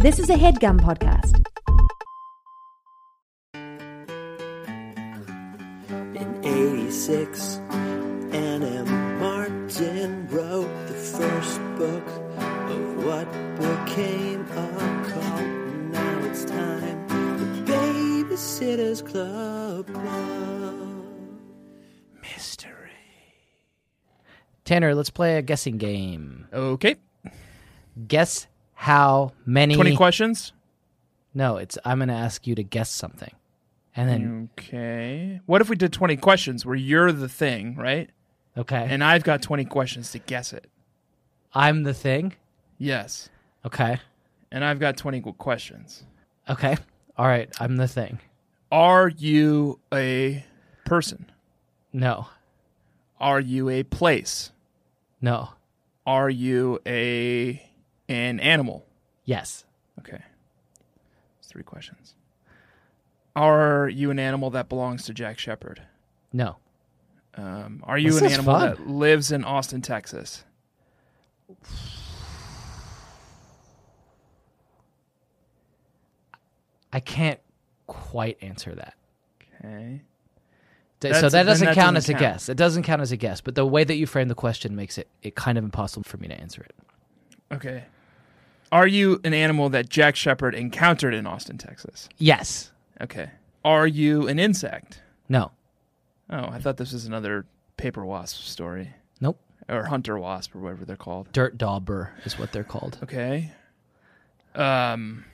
This is a headgum podcast. In 86, Anna Martin wrote the first book of what became a cult. Now it's time, the Babysitter's Club. Mystery. Tanner, let's play a guessing game. Okay. Guess how many 20 questions. No, it's I'm going to ask you to guess something. And then Okay. What if we did 20 questions where you're the thing, right? okay. Mm. And I've got 20 questions to guess it. I'm the thing. Yes. Okay. And I've got 20 qu- questions. Okay. All right, I'm the thing. Are you a person? No. Are you a place? No. Are you a an animal? Yes. Okay. That's three questions. Are you an animal that belongs to Jack Shepard? No. Um, are you This an is animal fun. that lives in Austin, Texas? I can't quite answer that. Okay. D- That's- so that then doesn't that count doesn't as count. a guess. It doesn't count as a guess, but the way that you frame the question makes it it kind of impossible for me to answer it. Okay. Are you an animal that Jack Shepard encountered in Austin, Texas? Yes. Okay. Are you an insect? No. Oh, I thought this was another paper wasp story Nope. or hunter wasp or whatever they're called. Dirt dauber is what they're called. Okay. Um,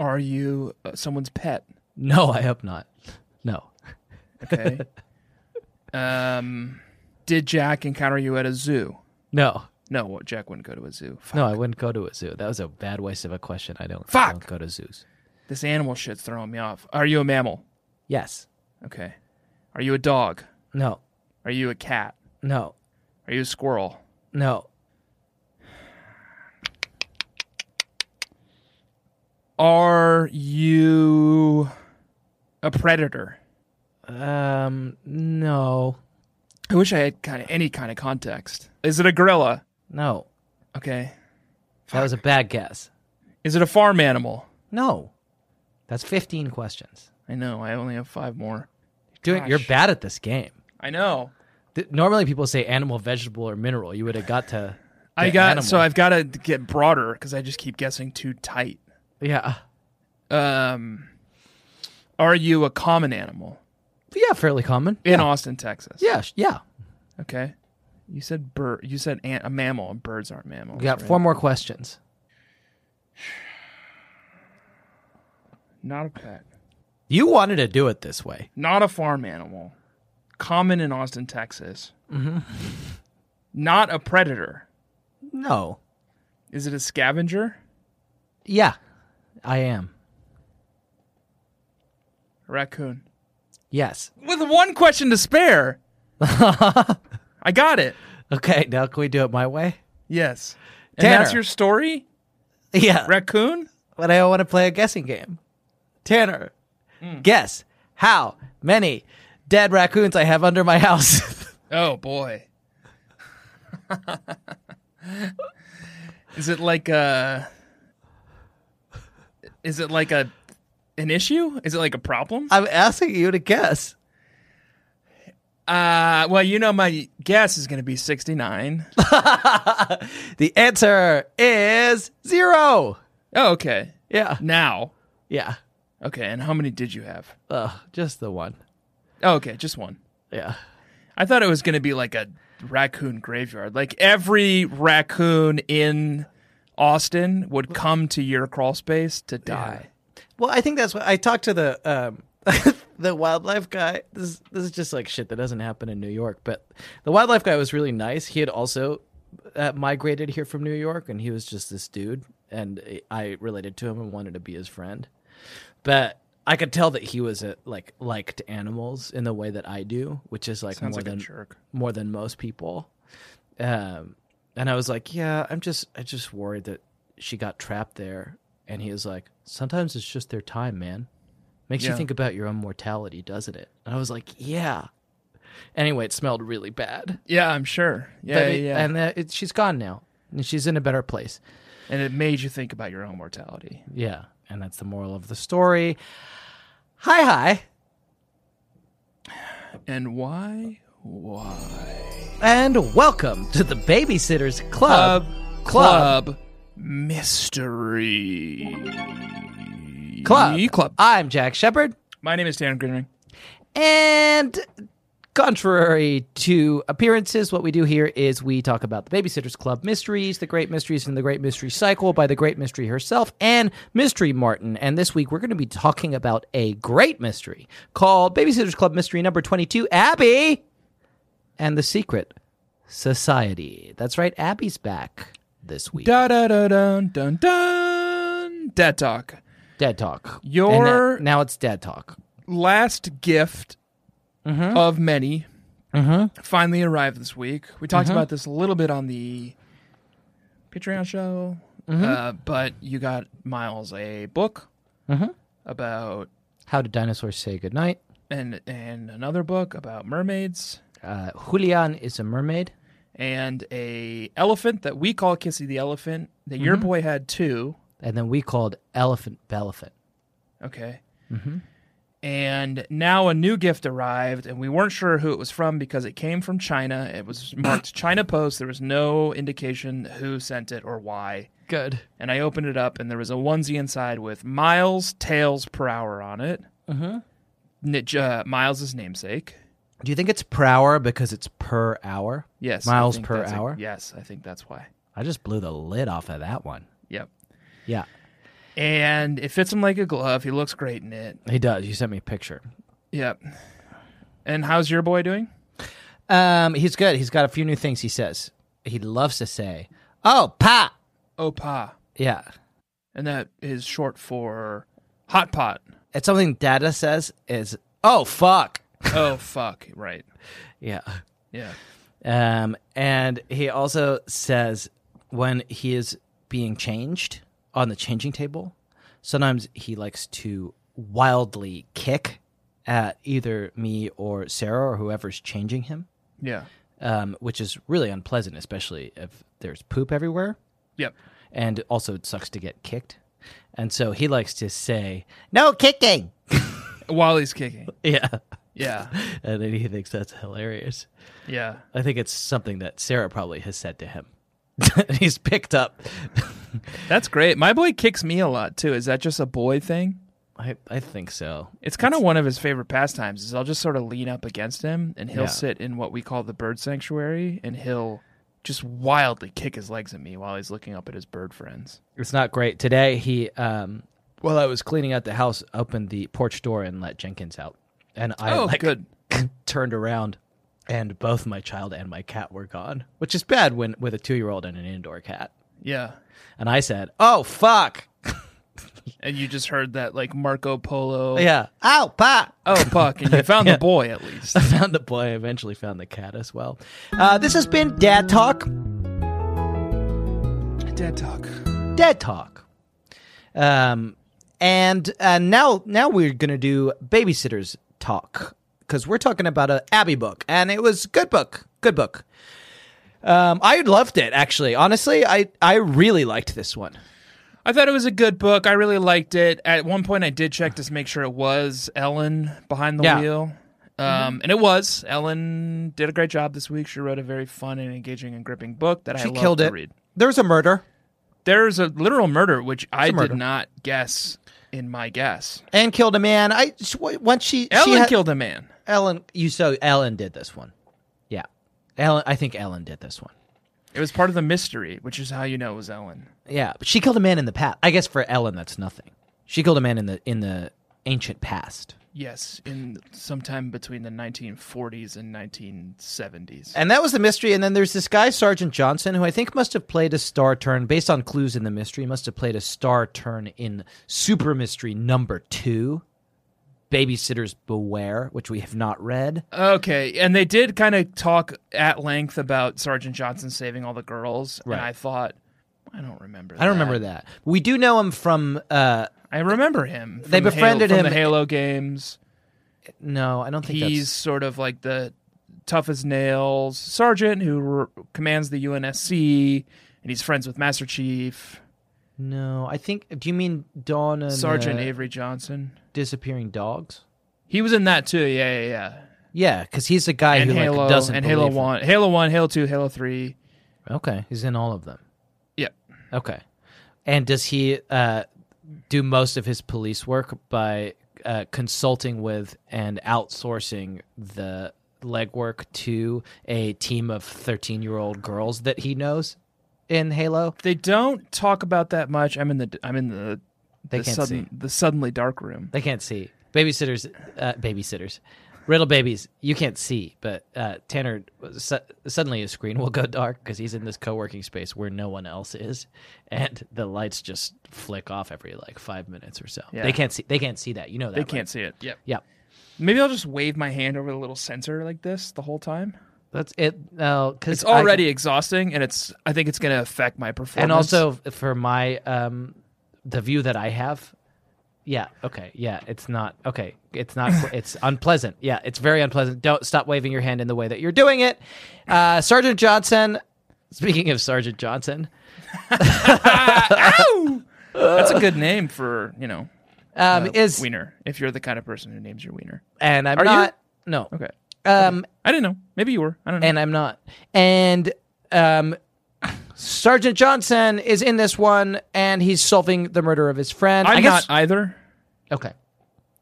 are you uh, someone's pet? No, I hope not. No. Okay. um, did Jack encounter you at a zoo? No. No, well, Jack wouldn't go to a zoo. Fuck. No, I wouldn't go to a zoo. That was a bad waste of a question. I don't, I Fuck! don't go to zoos. This animal shit's throwing me off. Are you a mammal? Yes. Okay. Are you a dog? No. Are you a cat? No. Are you a squirrel? No. Are you a predator? Um. No. I wish I had kind of any kind of context. Is it a gorilla? No. Okay. That was a bad guess. Is it a farm animal? No. That's fifteen questions. I know. I only have five more. You're doing. You're Gosh. bad at this game. I know. Th- normally, people say animal, vegetable, or mineral. You would have got to. I the got animal. so I've got to get broader because I just keep guessing too tight. Yeah. Um, are you a common animal Yeah. Fairly common. in Austin, Texas? Yeah. sh- Yeah. Okay. You said bird. You said ant- a mammal, and birds aren't mammals. We got right? four more questions. Not a pet. You wanted to do it this way. not a farm animal, common in Austin, Texas. Not a predator. No. Is it a scavenger? Yeah. I am. A raccoon. Yes. With one question to spare. I got it. Okay. Now can we do it my way? Yes. And Tanner. that's your story? Yeah. Raccoon? but I want to play a guessing game. Tanner, guess how many dead raccoons I have under my house. Oh boy. is it like a Is it like a an issue? Is it like a problem? I'm asking you to guess. Uh, well, you know my guess is going to be 69. The answer is zero. Oh, okay. Yeah. Now. Yeah. Okay, and how many did you have? Ugh, just the one. Oh, okay, just one. Yeah. I thought it was going to be like a raccoon graveyard. Like every raccoon in Austin would come to your crawl space to die. Well, I think that's what I talked to the um, the wildlife guy. This this is just like shit that doesn't happen in New York. But the wildlife guy was really nice. He had also uh, migrated here from New York, and he was just this dude. And I related to him and wanted to be his friend. But I could tell that he was a, like liked animals in the way that I do, which is like Sounds more like than a jerk. more than most people. Um, and I was like, yeah, I'm just, I just worried that she got trapped there. And he was like, sometimes it's just their time, man. Makes you Yeah. think about your own mortality, doesn't it? And I was like, yeah. Anyway, it smelled really bad. Yeah, I'm sure. Yeah, But yeah, it- yeah. And that it, she's gone now. And she's in a better place. and it made you think about your own mortality. Yeah, and that's the moral of the story. Hi, hi, And why? Why? and welcome to the Babysitters Club. Club, club, mystery. Club. Club. I'm Jack Shepard, My name is Tanner Greenring. and contrary to appearances, what we do here is we talk about the Babysitters Club mysteries, the Great Mysteries, and the Great Mystery Cycle by the Great Mystery herself and Mystery Martin. And this week we're going to be talking about a great mystery called Babysitters Club Mystery Number 22, Abby and the Secret Society. That's right, Abby's back this week. Da da da dun dun dun. Dead talk. Dead Talk. And Your- now, now it's Dead Talk. Last gift of many finally arrived this week. We talked about this a little bit on the Patreon show, uh, but you got Miles a book about How did dinosaurs say goodnight? and and another book about mermaids. Uh, Julian is a mermaid. and a elephant that we call Kissy the elephant that your boy had too. and then we called elephant belephant. Okay. Mm-hmm. And now a new gift arrived, and we weren't sure who it was from because it came from China. It was marked China Post. There was no indication who sent it or why. Good. And I opened it up, and there was a onesie inside with Miles tails per hour on it. Uh-huh. Mm-hmm. Uh, Miles' namesake. Do you think it's per hour because it's per hour? Yes. I Miles think per that's it. hour? yes, I think that's why. I just blew the lid off of that one. Yep. Yeah. And it fits him like a glove. He looks great in it. He does. You sent me a picture. Yep. And how's your boy doing? Um, he's good. He's got a few new things he says. He loves to say, "Oh, pa." Oh, pa. Yeah. And that is short for hot pot. It's something Dada says is, "Oh, fuck." Oh, fuck. Right. Yeah. Yeah. Um, and he also says when he is being changed on the changing table, sometimes he likes to wildly kick at either me or Sarah or whoever's changing him, Yeah. um, which is really unpleasant, especially if there's poop everywhere. Yep. And also, it sucks to get kicked. And so he likes to say, No kicking. While he's kicking. Yeah. Yeah. And then he thinks that's hilarious. Yeah. I think it's something that Sarah probably has said to him. He's picked up. That's great. My boy kicks me a lot too. Is that just a boy thing? I, I think so. It's kind of one of his favorite pastimes. Is I'll just sort of lean up against him and he'll Yeah. sit in what we call the bird sanctuary and he'll just wildly kick his legs at me while he's looking up at his bird friends. It's not great. Today he um while I was cleaning out the house, opened the porch door and let Jenkins out. And I oh, like good. turned around and both my child and my cat were gone, which is bad when with a 2-year-old and an indoor cat. Yeah. And I said, "Oh fuck." And you just heard that like Marco Polo. Yeah. Ow, pa. Oh, fuck. And you found the boy at least. Found the boy, eventually found the cat as well. Uh, this has been Dad Talk. Dad talk. Dead Talk. Um, and uh, now now we're gonna do babysitters talk because we're talking about a Abby book, and it was a good book, good book. Um, I loved it actually. Honestly, I I really liked this one. I thought it was a good book. I really liked it. At one point, I did check to make sure it was Ellen behind the Yeah. Mm-hmm. wheel. Um, And it was. Ellen did a great job this week. She wrote a very fun and engaging and gripping book that I She love killed to it. read. There was a murder, There's a literal murder, which I murder. did not guess in my guess. and killed a man. I she- once she she Ellen had- killed a man. Ellen. You so Ellen did this one. Yeah, Ellen. I think Ellen did this one. It was part of the mystery, which is how you know it was Ellen. Yeah, but she killed a man in the past. I guess for Ellen, that's nothing. She killed a man in the in the ancient past, Yes, in sometime between the 1940s and 1970s. and that was the mystery. And then there's this guy, Sergeant Johnson, who I think must have played a star turn based on clues in the mystery. Must have played a star turn in Super Mystery Number Two, Babysitters Beware, which we have not read. Okay, and they did kind of talk at length about Sergeant Johnson saving all the girls, Right. and I thought, I don't remember. I don't remember that. We do know him from. uh I remember him. from They the befriended Halo, from him- the Halo games. No, I don't think He's sort of like the tough as nails sergeant who r commands the UNSC, and he's friends with Master Chief. No, I think. Do you mean Dawn and Sergeant uh, Avery Johnson. disappearing dogs? He He was in that too. Yeah, yeah, yeah. yeah, because he's the guy and who Halo like doesn't and Halo believe him. One, Halo One, Halo Two, Halo Three. Okay, he's in all of them. Yep. Okay, and does he uh, do most of his police work by uh, consulting with and outsourcing the legwork to a team of thirteen-year-old girls that he knows in Halo? They don't talk about that much. I'm in the I'm in the They the, can't sudden, the suddenly dark room. They can't see. Babysitters, uh, babysitters, riddle babies. You can't see, but uh, Tanner su- suddenly his screen will go dark because he's in this co-working space where no one else is, and the lights just flick off every like five minutes or so. Yeah. They can't see. They can't see that. You know that. They right? can't see it. Yep. Yep. Maybe I'll just wave my hand over the little sensor like this the whole time. That's it. No, because It's already exhausting, and it's I think it's going to affect my performance. and also for my um, the view that I have. Yeah. Okay. Yeah. It's not okay. It's not. It's unpleasant. Yeah. It's very unpleasant. Don't stop waving your hand in the way that you're doing it, uh, Sergeant Johnson. Speaking of Sergeant Johnson, that's a good name for you know um, uh, is wiener if you're the kind of person who names your wiener. and I'm Are you? not. No. Okay, Um, I didn't know. Maybe you were. I don't know. and I'm not. And um, Sergeant Johnson is in this one, and he's solving the murder of his friend. I'm I guess- not either. Okay.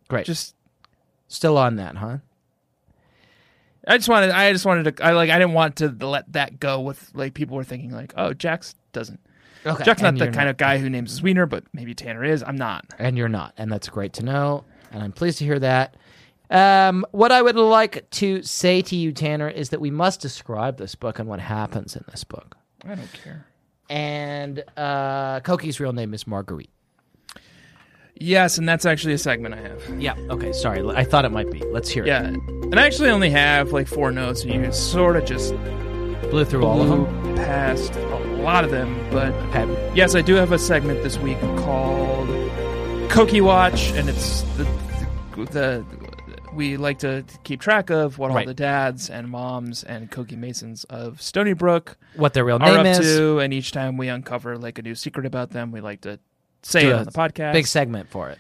Great. Just Just still on that, huh? I just wanted I just wanted to I like I didn't want to let that go with like people were thinking like oh Jax doesn't. Okay. Jack's not and the you're kind of guy who names his wiener, but maybe Tanner is. I'm not. and you're not and that's great to know and i'm pleased to hear that um, what i would like to say to you tanner is that we must describe this book and what happens in this book I don't care. and uh, koki's real name is marguerite Yes, and that's actually a segment I have. yeah okay sorry i thought it might be let's hear Yeah, and I actually only have like four notes, and you sort of just it blew through all of blew them past a lot of them. But okay yes, I do have a segment this week called Koki Watch, and it's the, the, the we like to keep track of what all Right. the dads and moms and Koki Masons of Stony Brook what their real are name up is to, and each time we uncover like a new secret about them, we like to say Do it a on the podcast. big segment for it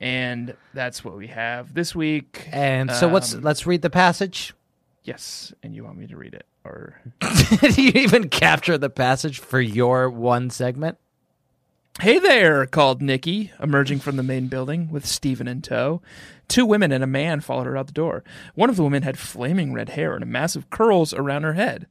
and that's what we have this week. and so what's Um, let's read the passage yes? And you want me to read it, or did you even capture the passage for your one segment hey there? Called Nikki, emerging from the main building with Stephen in tow. Two women and a man followed her out the door. One of the women had flaming red hair and massive curls around her head.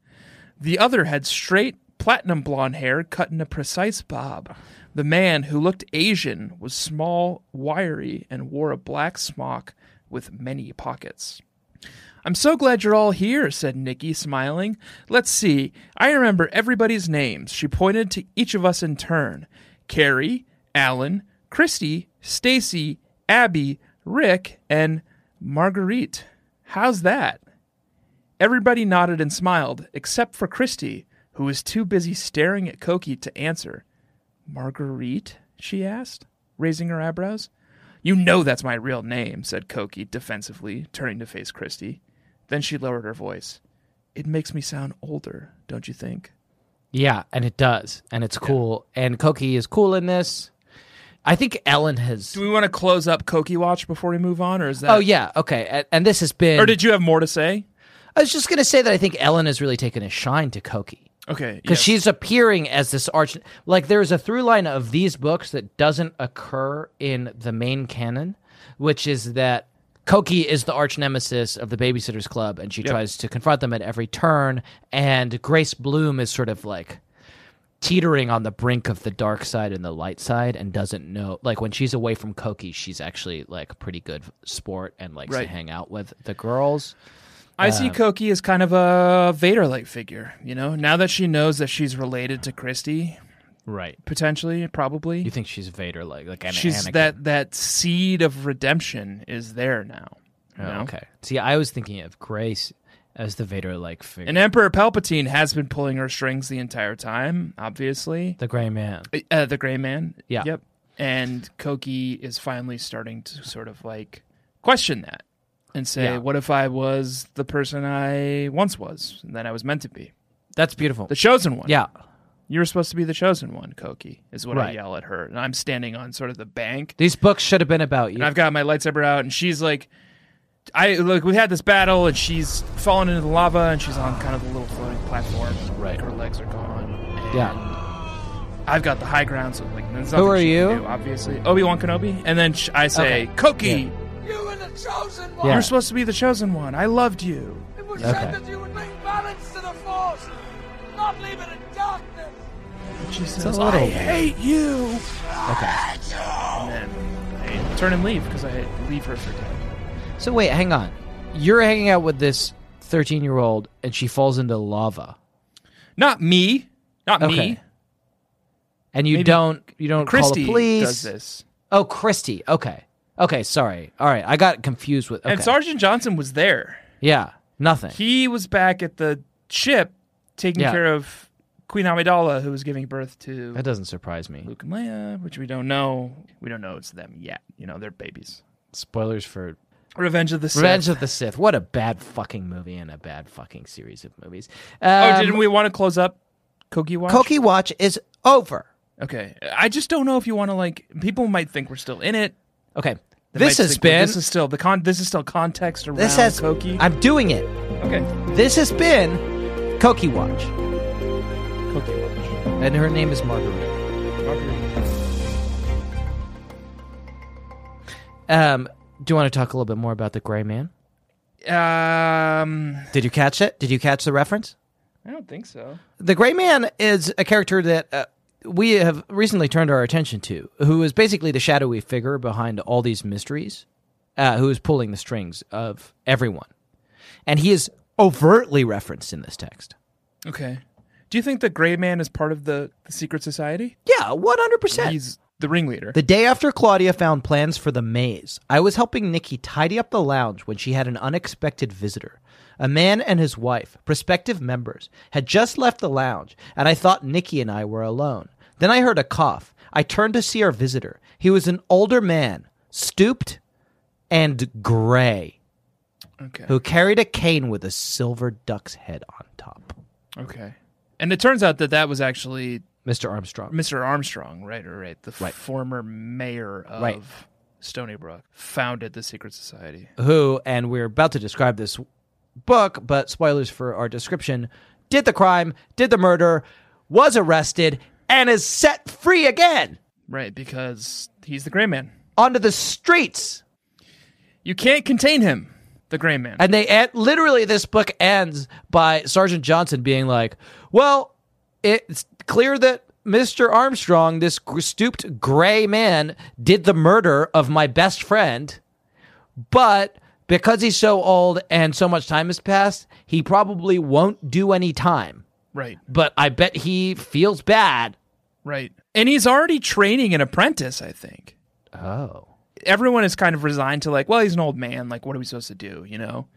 The other had straight platinum blonde hair cut in a precise bob. The man, who looked Asian, was small, wiry, and wore a black smock with many pockets. I'm so glad you're all here, said Nikki, smiling. Let's see. I remember everybody's names. She pointed to each of us in turn Carrie, Alan, Christy, Stacy, Abby, Rick, and Marguerite. How's that? Everybody nodded and smiled, except for Christy, who was too busy staring at Koki to answer. Marguerite? she asked, raising her eyebrows. You know that's my real name, said Koki defensively, turning to face Christy. Then she lowered her voice. It makes me sound older, don't you think? Yeah, and it does, and it's cool. And Koki is cool in this. I think Ellen has. Do we want to close up Koki Watch before we move on, or is that? Oh yeah, okay. And, and this has been. Or did you have more to say? I was just gonna say that I think Ellen has really taken a shine to Koki Okay, because she's appearing as this arch. Like there is a through line of these books that doesn't occur in the main canon, which is that. Koki is the arch nemesis of the Babysitters Club, and she tries to confront them at every turn. And Grace Bloom is sort of like teetering on the brink of the dark side and the light side and doesn't know like when she's away from Koki she's actually like pretty good sport and likes Right. to hang out with the girls. I uh, see Koki as kind of a Vader-like figure. You know, now that she knows that she's related to Christy, Right. potentially, probably, You think she's Vader like like an she's Anakin. that that seed of redemption is there now. you Oh, know? okay. See, I was thinking of Grace as the Vader like figure. And Emperor Palpatine has been pulling her strings the entire time, obviously. the gray man. Uh, the Gray Man. Yeah. Yep. And Koki is finally starting to sort of like question that and say, Yeah. what if I was the person I once was and that I was meant to be? That's beautiful. The chosen one. yeah. You were supposed to be the chosen one, Koki, is what I Right. yell at her. And I'm standing on sort of the bank. These books should have been about you. And I've got my lightsaber out, and she's like, I look, we had this battle, and she's fallen into the lava, and she's on kind of the little floating platform. Right. Her legs are gone. yeah. I've got the high ground, so like, there's Who nothing are she can you? do, obviously, Obi Wan Kenobi. And then sh- I say, Okay. Koki, Yeah. You were the chosen one. Yeah. you're supposed to be the chosen one. I loved you. It was Okay. said that you would bring balance to the force, not leave it in darkness. And she says, little- I hate you. Okay. And then I turn and leave because I leave her for dead. So wait, hang on. You're hanging out with this 13 year old, and she falls into lava, Not me. Not Okay. me. and you Maybe don't you don't Christy call the police. does this. Oh, Christy. Okay. Okay. Sorry. All right. I got confused with. Okay. And Sergeant Johnson was there. Yeah. Nothing. He was back at the ship taking Yeah. care of Queen Amidala, who was giving birth to that doesn't surprise me. Luke and Leia, which we don't know. We don't know it's them yet. You know, they're babies. Spoilers for Revenge of the Sith. Revenge of the Sith. What a bad fucking movie and a bad fucking series of movies. oh, Um, didn't we want to close up Koki Watch? Koki Watch is over. Okay. I just don't know if you want to like. People might think we're still in it. Okay. They this might has think we're- been. This is still the con. This is still context around this has. Koki. I'm doing it. okay. This has been Koki Watch, Koki Watch. and her name is Marguerite. Um, do you want to talk a little bit more about the Gray Man? Um, Did you catch it? Did you catch the reference? I don't think so. The Gray Man is a character that uh, we have recently turned our attention to, who is basically the shadowy figure behind all these mysteries, uh, who is pulling the strings of everyone, and he is overtly referenced in this text. Okay. Do you think the Gray Man is part of the, the secret society? Yeah, one hundred percent. He's the ringleader. The day after Claudia found plans for the maze, I was helping Nikki tidy up the lounge when she had an unexpected visitor. A man and his wife, prospective members, had just left the lounge, and I thought Nikki and I were alone. Then I heard a cough. I turned to see our visitor. He was an older man, stooped and gray, okay. who carried a cane with a silver duck's head on top. Okay. And it turns out that that was actually Mr. Armstrong. Mr. Armstrong, right? Or right, the Right. former mayor of Right. Stony Brook, founded the secret society. who, and we're about to describe this book, but spoilers for our description, did the crime, did the murder, was arrested, and is set free again Right, because he's the Gray Man. onto the streets. You can't contain him. The Gray Man. And they and literally, this book ends by Sergeant Johnson being like, "Well, it's clear that." Mr. Armstrong, this gr- stooped gray man, did the murder of my best friend, but because he's so old and so much time has passed, he probably won't do any time. right. But I bet he feels bad. Right. And he's already training an apprentice, I think. Oh. everyone is kind of resigned to like, well, he's an old man. Like, what are we supposed to do? You know,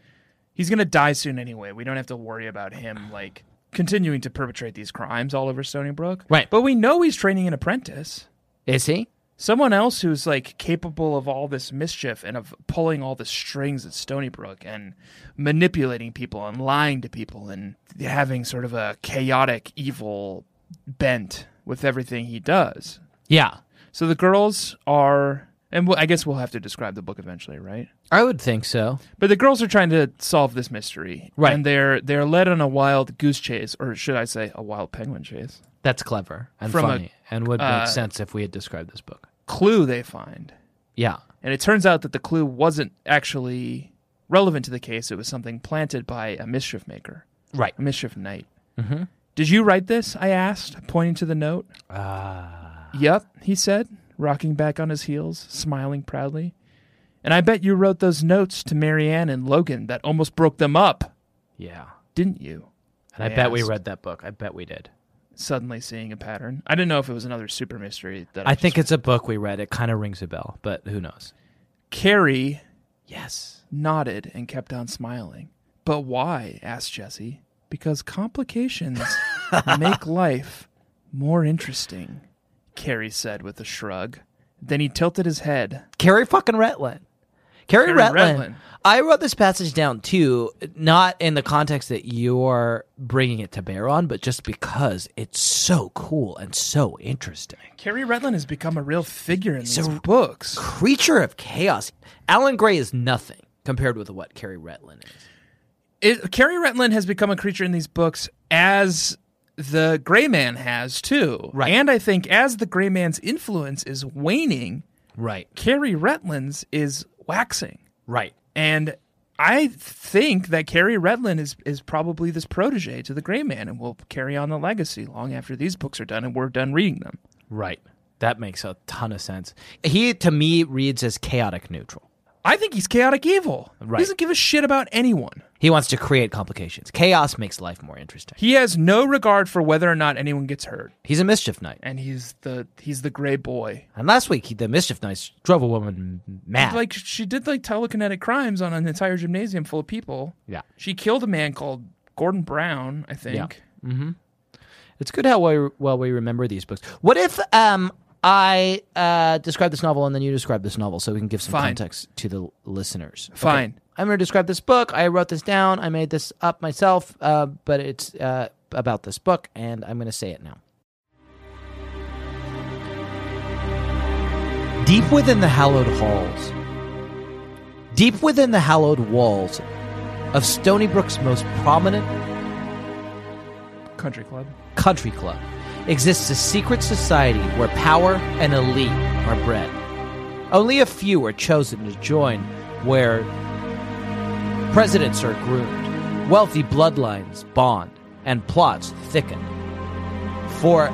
he's gonna die soon anyway. We don't have to worry about him like continuing to perpetrate these crimes all over Stony Brook. Right. But we know he's training an apprentice, Is he? someone else who's like capable of all this mischief and of pulling all the strings at Stony Brook and manipulating people and lying to people and having sort of a chaotic, evil bent with everything he does. Yeah. So the girls are, and we- I guess we'll have to describe the book eventually, right? I would think so. But the girls are trying to solve this mystery, Right. And they're they're led on a wild goose chase, or should I say, a wild penguin chase? That's clever and From a- funny and would make uh, sense if we had described this book. Clue they find, Yeah. and it turns out that the clue wasn't actually relevant to the case. It was something planted by a mischief maker, Right. a mischief knight. Mm-hmm. Did you write this? I asked, pointing to the note. Ah. Yep, he said, rocking back on his heels, smiling proudly. And I bet you wrote those notes to Marianne and Logan that almost broke them up, yeah. didn't you? And I I bet we asked. read that book. I bet we did. Suddenly seeing a pattern. I didn't know if it was another super mystery that I, I think it's a book we read. It kind of rings a bell, but who knows? Carrie Yes. nodded and kept on smiling. But why? asked Jesse. Because complications make life more interesting, Carrie said with a shrug. Then he tilted his head Carrie fucking Retland. Carrie Carrie Retlin. Retlin. I wrote this passage down too, not in the context that you're bringing it to bear on, but just because it's so cool and so interesting. Carrie Redlin has become a real figure in these a- books. Creature of chaos. Alan Gray is nothing compared with what Carrie Retlin is. it, Carrie Retlin has become a creature in these books as the Gray Man has too. Right. And I think as the Gray Man's influence is waning, Right. Carrie Retlin's is waxing. Right. And I think that Carrie Redlin is is probably this protege to the Gray Man and will carry on the legacy long after these books are done and we're done reading them. Right. That makes a ton of sense. He to me reads as chaotic neutral. I think he's chaotic evil. Right. He doesn't give a shit about anyone. He wants to create complications. Chaos makes life more interesting. He has no regard for whether or not anyone gets hurt. He's a mischief knight. And he's the he's the gray boy. And last week, he, the mischief knights drove a woman mad. Like she did like telekinetic crimes on an entire gymnasium full of people. Yeah. She killed a man called Gordon Brown, I think. It's good how well, well we remember these books. What if um, I uh, describe this novel and then you describe this novel so we can give some Fine. context to the l- listeners? Okay. Fine. I'm going to describe this book. I wrote this down. I made this up myself, uh, but it's uh, about this book, and I'm going to say it now. Deep within the hallowed halls, deep within the hallowed walls of Stony Brook's most prominent Country club. country club exists a secret society where power and elite are bred. Only a few are chosen to join, where presidents are groomed, wealthy bloodlines bond, and plots thicken. For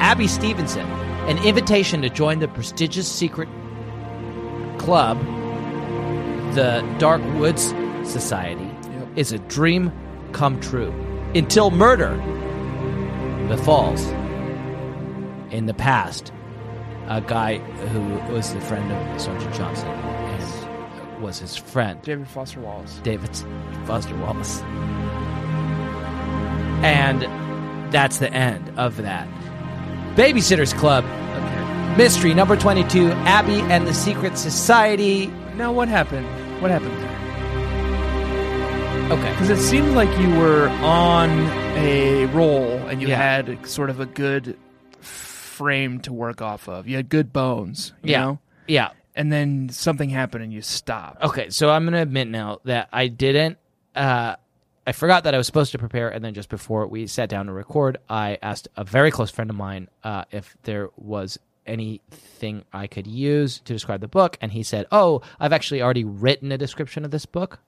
Abby Stevenson, an invitation to join the prestigious secret club, the Dark Woods Society, Yep. is a dream come true until murder befalls. In the past, a guy who was the friend of Sergeant Johnson and was his friend, David Foster Wallace. David Foster Wallace. And that's the end of that. Babysitters Club, Okay. Mystery number 22, Abby and the Secret Society. Now what happened? What happened there? Okay. Because it seemed like you were on a roll and you Yeah. had sort of a good frame to work off of. You had good bones, you yeah. know? Yeah. And then something happened and you stopped. Okay, so I'm gonna admit now that I didn't. Uh, I forgot that I was supposed to prepare, and then just before we sat down to record, I asked a very close friend of mine uh, if there was anything I could use to describe the book, and he said, "Oh, I've actually already written a description of this book."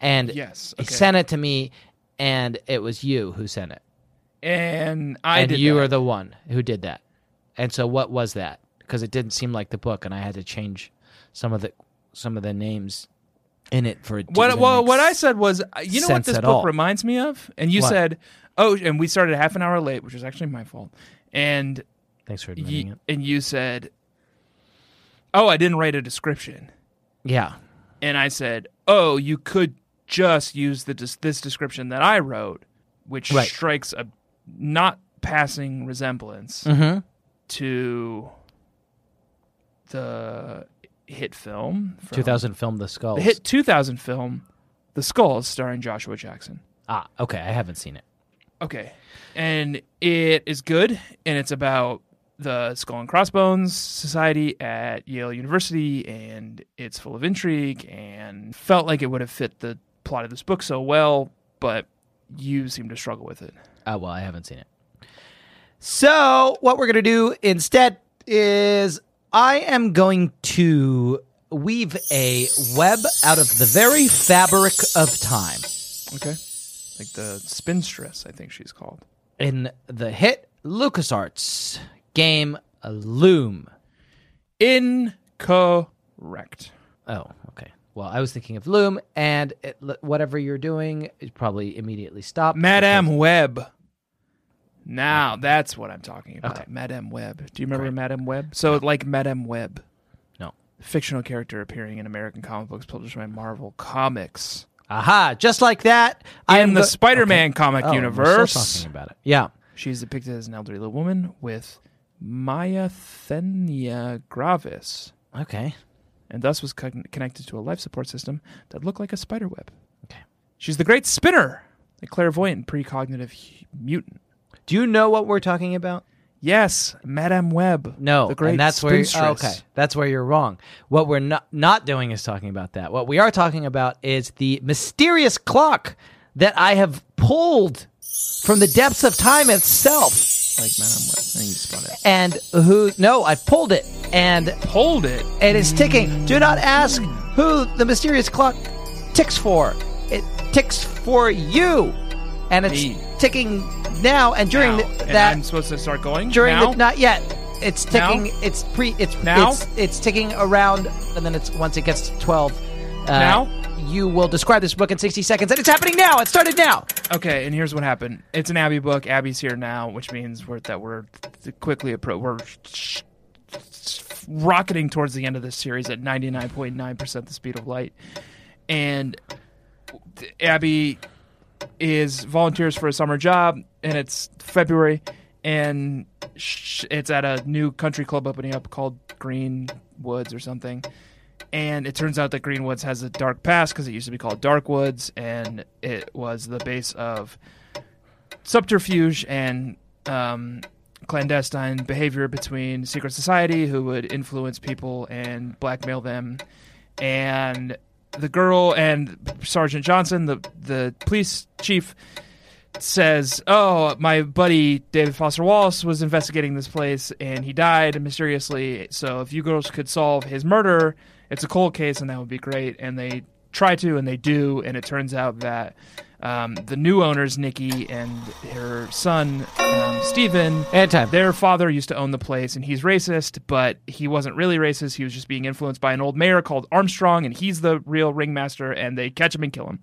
And Yes, he okay. sent it to me, and it was you who sent it, And I and did you that. are the one who did that. And so, what was that? Because it didn't seem like the book, and I had to change some of the some of the names in it for it. to What even well, make what I s- said was, uh, you know what sense this at book all. reminds me of, and you What? said, oh, and we started half an hour late, which was actually my fault, and Thanks for admitting you, it. and you said, oh, I didn't write a description, Yeah, and I said, oh, you could just use the des- this description that I wrote, which Right. strikes a not passing resemblance Mm. Mm-hmm. to the hit film, from- 2000 film the skulls. the hit 2000 film, The Skulls, starring Joshua Jackson. Ah, okay, I haven't seen it. Okay. And it is good, and it's about the Skull and Crossbones Society at Yale University, and it's full of intrigue, and felt like it would have fit the plot of this book so well, but you seem to struggle with it. Ah, well, I haven't seen it. So what we're gonna do instead is I am going to weave a web out of the very fabric of time. Okay. Like the spinstress, I think she's called. in the hit LucasArts game uh, Loom. Incorrect. Oh, okay. Well, I was thinking of Loom, and it, whatever you're doing is probably immediately stopped. Madame Web. Now that's what I'm talking about. Okay. Madame Web. Do you remember Madame Web? So like Madame Web. No. fictional character appearing in American comic books published by Marvel Comics. Aha! Just like that, I In am the go- Spider-Man comic Oh, we're universe. still talking about it. Yeah. She's depicted as an elderly little woman with myasthenia gravis, Okay. and thus was con- connected to a life support system that looked like a spider web. Okay. She's the great spinner, a clairvoyant precognitive hu- mutant. Do you know what we're talking about? Yes, Madame Web. No, the great and that's where spinstress. oh, okay, that's where you're wrong. What we're not not doing is talking about that. What we are talking about is the mysterious clock that I have pulled from the depths of time itself. Like Madame Web. I think you spun it. And who? No, I pulled it, and Hold it. it is ticking. Do not ask who the mysterious clock ticks for. It ticks for you, and it's Me. ticking now. And during now. the, And that, I'm supposed to start going during now? the not yet. It's Now? ticking. It's pre. It's Now? It's, it's ticking around, and then it's once it gets to twelve. Uh, Now? you will describe this book in sixty seconds, and it's happening now. It started now. Okay, and here's what happened. It's an Abby book. Abby's here now, which means we're, that we're th- quickly appro- we're sh- rocketing towards the end of this series at 99.9% the speed of light. And th- Abby is volunteers for a summer job, and it's February, and sh- it's at a new country club opening up called Green Woods or something and it turns out that Greenwoods has a dark past because it used to be called Darkwoods, and it was the base of subterfuge and um, clandestine behavior between secret society, who would influence people and blackmail them, and the girl and Sergeant Johnson, the the police chief, says, "Oh, my buddy David Foster Wallace was investigating this place, and he died mysteriously. So if you girls could solve his murder, it's a cold case, and that would be great." And they try to, and they do, and it turns out that um, the new owners, Nikki and her son um, Stephen, And time. their father used to own the place, and he's racist, but he wasn't really racist. He was just being influenced by an old mayor called Armstrong, and he's the real ringmaster. And they catch him and kill him.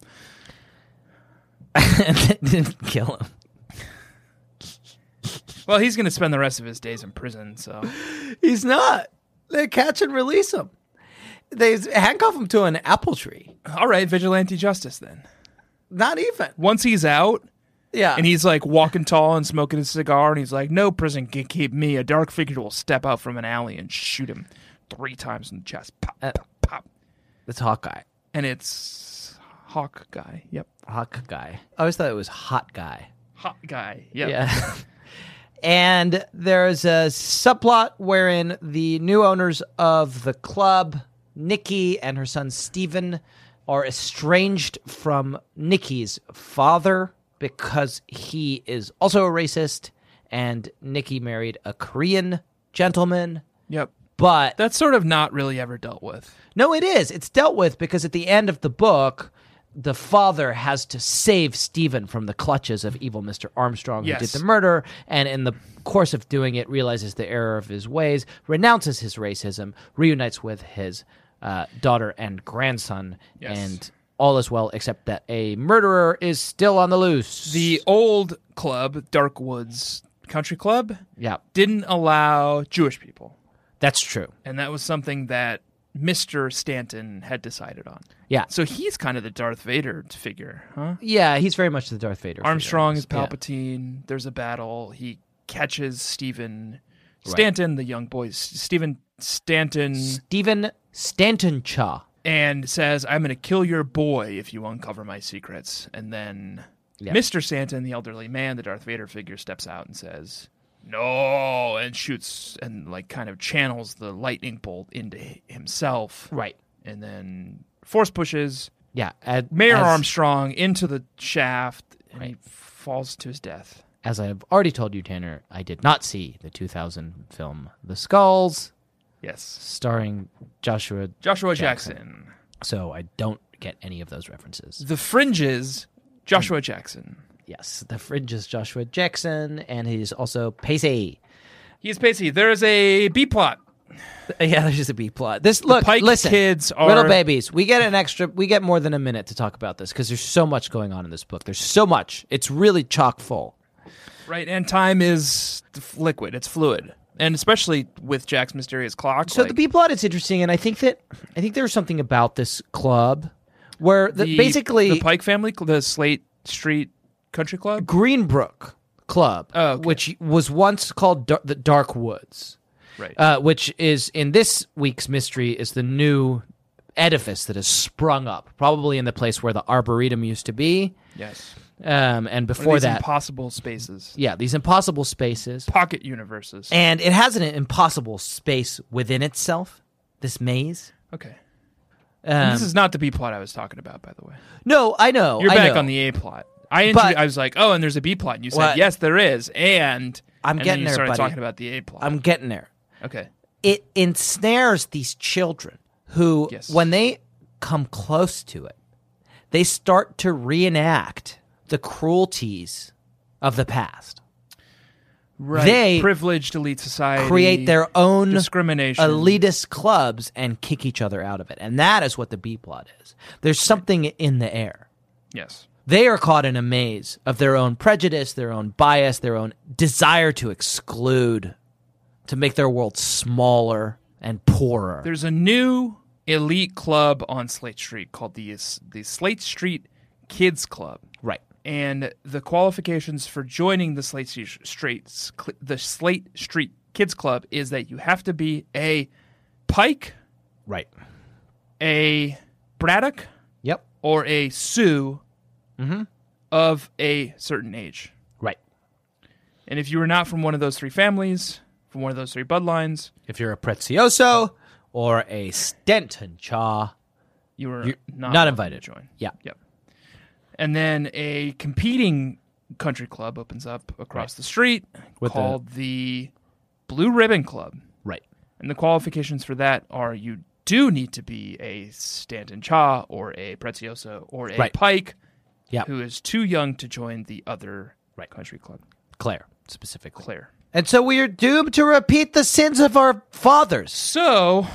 didn't kill him. Well, he's going to spend the rest of his days in prison. So. He's not. They catch and release him. They handcuff him to an apple tree. All right, vigilante justice then. Not even. Once he's out Yeah. and he's like walking tall and smoking a cigar, and he's like, No prison can keep me. A dark figure will step out from an alley and shoot him three times in the chest. Pop, Uh, pop, pop. it's Hawkeye. And it's Hawk Guy. Yep. Hawk guy. I always thought it was hot guy. Hawk Guy. Yep. Yeah. and there's a subplot wherein the new owners of the club, Nikki and her son Steven, are estranged from Nikki's father because he is also a racist and Nikki married a Korean gentleman. Yep. But That's sort of not really ever dealt with. no, it is. It's dealt with because at the end of the book, the father has to save Stephen from the clutches of evil Mr. Armstrong, who Yes. did the murder, and in the course of doing it, realizes the error of his ways, renounces his racism, reunites with his uh, daughter and grandson, Yes. and all is well, except that a murderer is still on the loose. The old club, Darkwoods Country Club, yeah, didn't allow Jewish people. that's true. And that was something that Mr. Stanton had decided on. Yeah. So he's kind of the Darth Vader figure, huh? Yeah, he's very much the Darth Vader. figure. Armstrong is Yeah. Palpatine. There's a battle. He catches Stephen Stanton, the young boy, S- Stephen Stanton, Stephen Stanton Cha. and says, I'm going to kill your boy if you uncover my secrets. And then Yeah. Mr. Stanton, the elderly man, the Darth Vader figure, steps out and says, No, and shoots and, like, kind of channels the lightning bolt into h- himself. Right. and then force pushes Yeah. and Mayor as- Armstrong into the shaft, and he falls to his death. as I have already told you, Tanner, I did not see the 2000 film The Skulls, Yes, starring Joshua. Joshua Jackson. So I don't get any of those references. The Fringes, Joshua Jackson. Yes, The Fringe is Joshua Jackson, and he's also Pacey. He's Pacey. There is a B plot. Yeah, there's just a B plot. This look, Pike listen, kids are- little babies. We get an extra. We get more than a minute to talk about this because there's so much going on in this book. There's so much. It's really chock full. Right, and time is f- liquid. It's fluid, and especially with Jack's mysterious clock. So like, the B plot is interesting, and I think that I think there's something about this club where the, the- basically the Pike family, cl- the Slate Street Country Club. Greenbrook Club, Oh, okay. which was once called Dar- the Dark Woods. Right. Uh, which is in this week's mystery is the new edifice that has sprung up, probably in the place where the arboretum used to be, yes. um, and One before of these that, impossible spaces, yeah, these impossible spaces. pocket universes. And it has an impossible space within itself. This maze. okay. Um, this is not the B plot I was talking about, by the way. no, I know. You're I back know. on the A plot. I intro- But- I was like, oh, and there's a B plot, and you said What? yes, there is, and and I'm then getting you there, started buddy. talking about the A plot. I'm getting there. okay. It ensnares these children who, Yes. when they come close to it, they start to reenact the cruelties of the past, Right. They privileged elite society create their own discrimination. elitist clubs, and kick each other out of it. And that is what the B plot is. There's something in the air. Yes. they are caught in a maze of their own prejudice, their own bias, their own desire to exclude, to make their world smaller and poorer. There's a new elite club on Slate Street called the the Slate Street Kids Club. right. and the qualifications for joining the Slate Street Streets- cl- the Slate Street Kids Club is that you have to be a Pike, Right. a Braddock, Yep. or a Sue Mm-hmm. of a certain age. Right. And if you were not from one of those three families, from one of those three bloodlines, If you're a Prezioso or a Stenton Cha, you were You're not, not welcome to invited. join. Yeah. Yep. And then a competing country club opens up across the street With a- called the Blue Ribbon Club. right. And the qualifications for that are you do need to be a Stanton Cha or a Prezioso or a Right. Pike Yeah. who is too young to join the other Right. country club. Claire, specifically. Claire. And so we are doomed to repeat the sins of our fathers. So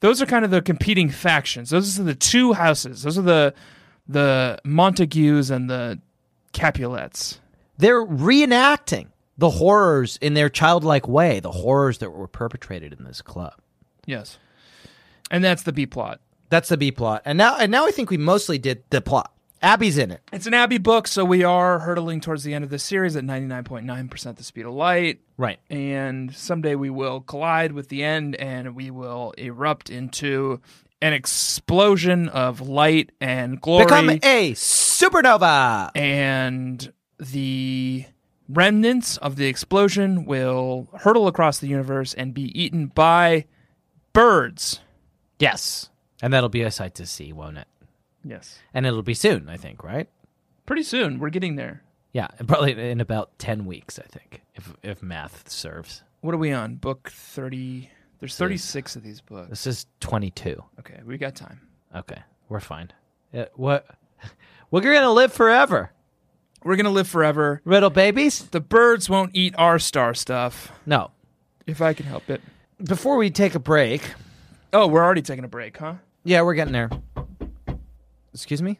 those are kind of the competing factions. Those are the two houses. Those are the the Montagues and the Capulets. They're reenacting the horrors in their childlike way, the horrors that were perpetrated in this club. Yes. And that's the B plot. That's the B plot. And now and now I think we mostly did the plot. Abby's in it. It's an Abbey book, so we are hurtling towards the end of the series at 99.9% the speed of light. Right. and someday we will collide with the end and we will erupt into an explosion of light and glory Become a supernova. and the remnants of the explosion will hurtle across the universe and be eaten by birds Yes. And that'll be a sight to see, won't it? yes And it'll be soon, I think, right? pretty soon we're getting there Yeah, probably in about 10 weeks, I think, if if math serves. what are we on book 30 there's 36 of these books This is 22. okay we got time Okay. We're fine. Uh, what We're going to live forever. we're gonna live forever Riddle babies? the birds won't eat our star stuff No. if i can help it Before we take a break, Oh, we're already taking a break, huh? yeah, we're getting there. Excuse me?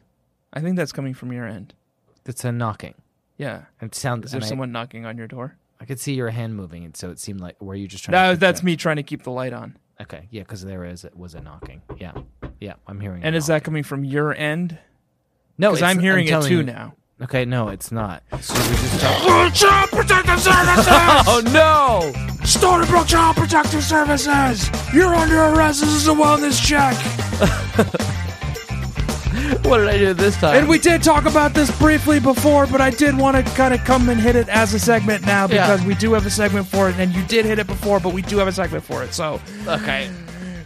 I think that's coming from your end. That's a knocking. Yeah. It sounds Is there and I- someone knocking on your door? I could see your hand moving, and so it seemed like were you just trying? No, to that's me trying to keep the light on. okay. Yeah, because there is it was a knocking. Yeah, yeah, I'm hearing. a And is knock. that coming from your end? no? Because it's- I'm hearing it telling too you- now. Okay, no, it's not. Child Protective Services! Oh no! Stony Brook Child Protective Services! You're under arrest. This is a wellness check. What did I do this time? And we did talk about this briefly before, but I did want to kind of come and hit it as a segment now Yeah. because we do have a segment for it, and you did hit it before, but we do have a segment for it. So, okay.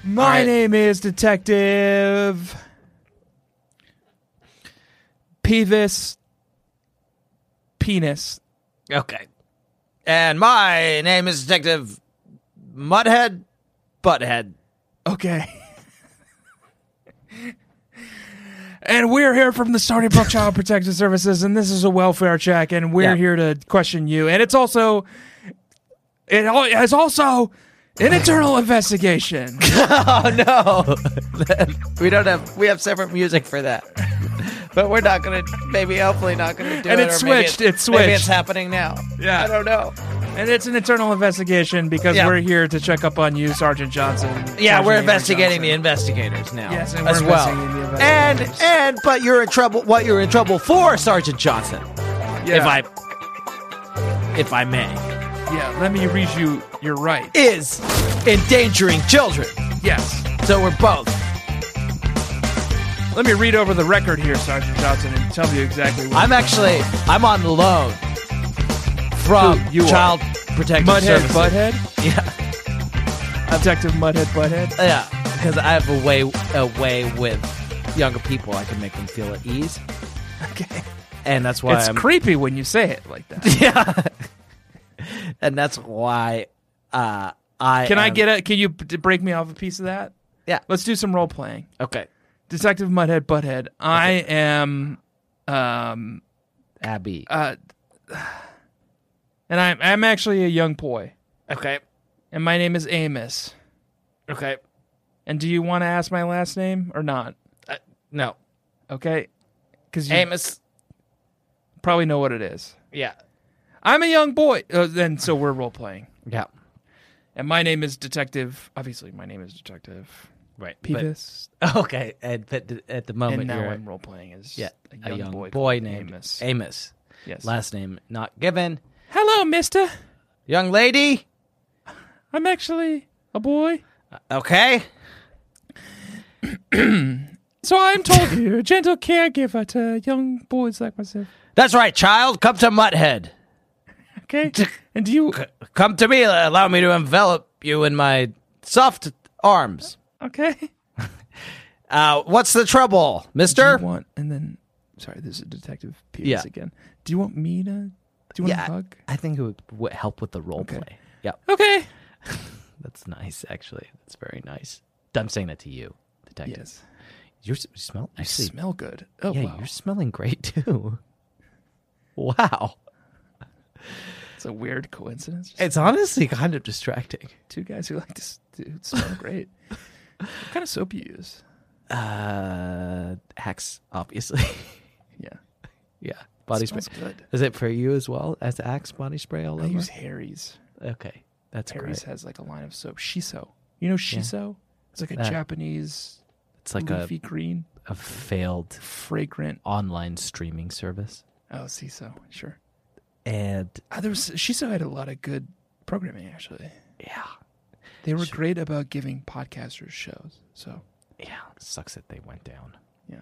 my right. name is Detective. Pevis. Penis. Okay. And my name is Detective Mudhead Butthead. Okay. and we're here from the Stony Brook Child Protective Services, and this is a welfare check, and we're Yeah. here to question you. And it's also, it al- has also an internal investigation. Oh no! we don't have we have separate music for that. But we're not gonna, maybe, hopefully, not gonna do And it. it or maybe switched, it Maybe it's switched. happening now. Yeah. I don't know. and it's an internal investigation because Yeah. we're here to check up on you, Sergeant Johnson. Yeah, Sergeant we're Avery investigating the Johnson. investigators now. Yes, and as we're well. investigating the and investigators. and but you're in trouble. What you're in trouble for, Sergeant Johnson? Yeah. If I, if I may. Yeah, let me read you. You're right. is endangering children. Yes. So we're both. Let me read over the record here, Sergeant Johnson, and tell you exactly what. I'm actually I'm on loan from Who you are? Child Protective Mudhead Services. Butthead? Yeah, Detective Mudhead Butthead? yeah. Because I have a way a way with younger people. I can make them feel at ease, Okay. and that's why It's I'm creepy when you say it like that. yeah. and that's why uh, I Can I am- get a. Can you b- break me off a piece of that? Yeah. Let's do some role playing. Okay, Detective Mudhead Butthead, I am. Um. Abby. Uh. And I'm, I'm actually a young boy, okay, and my name is Amos. okay. And do you want to ask my last name or not? Uh, no, Okay. Because you Amos. probably know what it is. Yeah, I'm a young boy. Uh, and so we're role playing. yeah. And my name is Detective. Obviously, my name is Detective Right. but- Peeves. okay, and Oh, but th- at the moment And now you're I'm role playing as yeah, a, young boy, boy called named Amos. Amos. yes. Last name not given. Hello, mister. Young lady. I'm actually a boy. Okay. So I'm told you're a gentle caregiver to young boys like myself. That's right, child. Come to Mutthead. Okay? and do you. Come to me. Uh, Allow me to envelop you in my soft arms. Okay? Uh, what's the trouble, mister? Do you want. And then. Sorry, this is Detective Peeves Yeah. again. Do you want me to. Do you want Yeah. a hug? I think it would w- help with the role Okay. play. Yep. Okay. That's nice, actually. That's very nice. I'm saying that to you, detective. Yes. You're, s- you smell actually. Smell good. Oh, yeah, wow. you're smelling great too. Wow. It's a weird coincidence. Just It's honestly kind of distracting. two guys who like to s- to smell great. what kind of soap you use? Uh, Axe, obviously. Yeah. yeah. Body spray. Smells good. Is it for you as well as Axe body spray all I over? use Harry's. Okay, that's Harry's great. has like a line of soap. Shiso. You know Shiso? It's like a Uh, Japanese It's like a, leafy green a failed fragrant. online streaming service, Oh, Shiso. Sure. and Oh, there was Shiso had a lot of good programming actually. yeah, They were great about giving podcasters shows. So yeah, sucks that they went down. Yeah.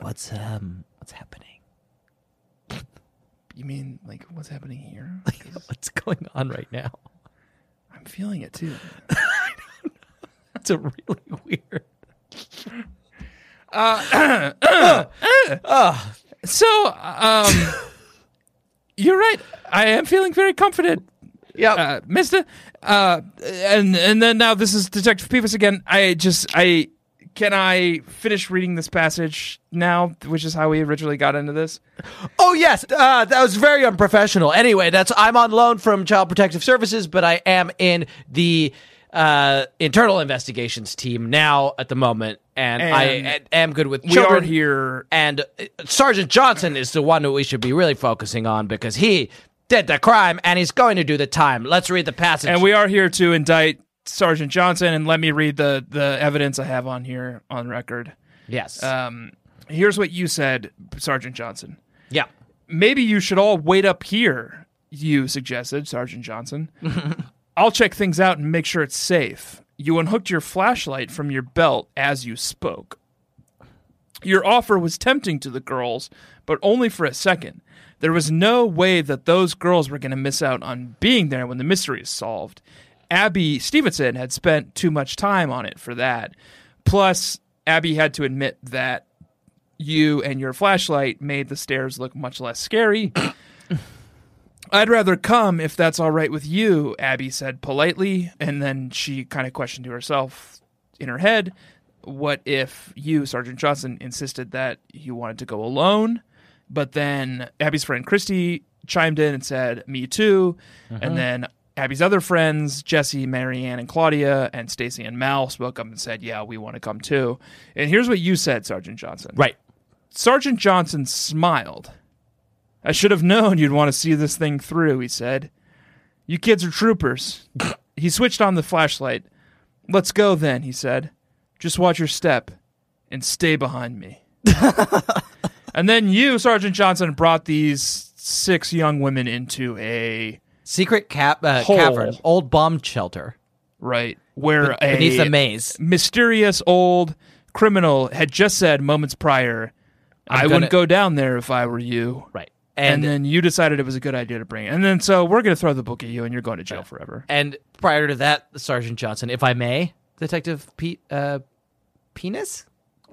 What's um, what's happening? you mean like what's happening here? 'Cause What's going on right now? I'm feeling it too. It's a really weird. So, um, you're right. I am feeling very comforted, Yeah. uh, Mister. Uh, and and then now this is Detective Peeves again. I just I can I finish reading this passage now, which is how we originally got into this. Oh yes, uh, that was very unprofessional. Anyway, that's I'm on loan from Child Protective Services, but I am in the uh, internal investigations team now at the moment, and, I And am good with We children are here. And uh, Sergeant Johnson is the one that we should be really focusing on because he did the crime and he's going to do the time. Let's read the passage. And we are here to indict Sergeant Johnson. And let me read the the evidence I have on here on record. yes, Um, here's what you said, Sergeant Johnson. yeah, Maybe you should all wait up here, you suggested, Sergeant Johnson. I'll check things out and make sure it's safe. You unhooked your flashlight from your belt as you spoke. Your offer was tempting to the girls, but only for a second. There was no way that those girls were going to miss out on being there when the mystery is solved. Abby Stevenson had spent too much time on it for that. Plus, Abby had to admit that you and your flashlight made the stairs look much less scary. I'd rather come if that's all right with you, Abby said politely, and then she kind of questioned to herself in her head, what if you, Sergeant Johnson, insisted that you wanted to go alone? But then Abby's friend Christy chimed in and said, Me too. And then Abby's other friends, Jesse, Marianne, and Claudia, and Stacy and Mal spoke up and said, Yeah, we want to come too. And here's what you said, Sergeant Johnson. right. Sergeant Johnson smiled. I should have known you'd want to see this thing through, he said. You kids are troopers. he switched on the flashlight. Let's go then, he said. Just watch your step and stay behind me. and then you, Sergeant Johnson, brought these six young women into a secret cap uh, Hole. cavern, old bomb shelter right? Where a beneath the maze. mysterious old criminal had just said moments prior, i gonna- wouldn't go down there if I were you. Right, And, and and, then you decided it was a good idea to bring it. And then so we're going to throw the book at you and you're going to jail forever. prior to that, Sergeant Johnson, if I may, Detective Pete, uh, Penis.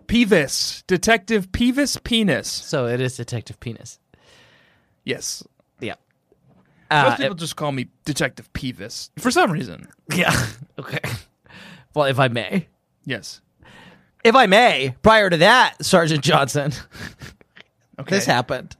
Peevis, Detective Peevis Penis. So it is Detective Penis. Yes. Yeah. Most Uh, people just call me Detective Peevis for some reason. yeah. okay. Well, if I may. Yes. If I may, prior to that, Sergeant Johnson, Okay. this happened.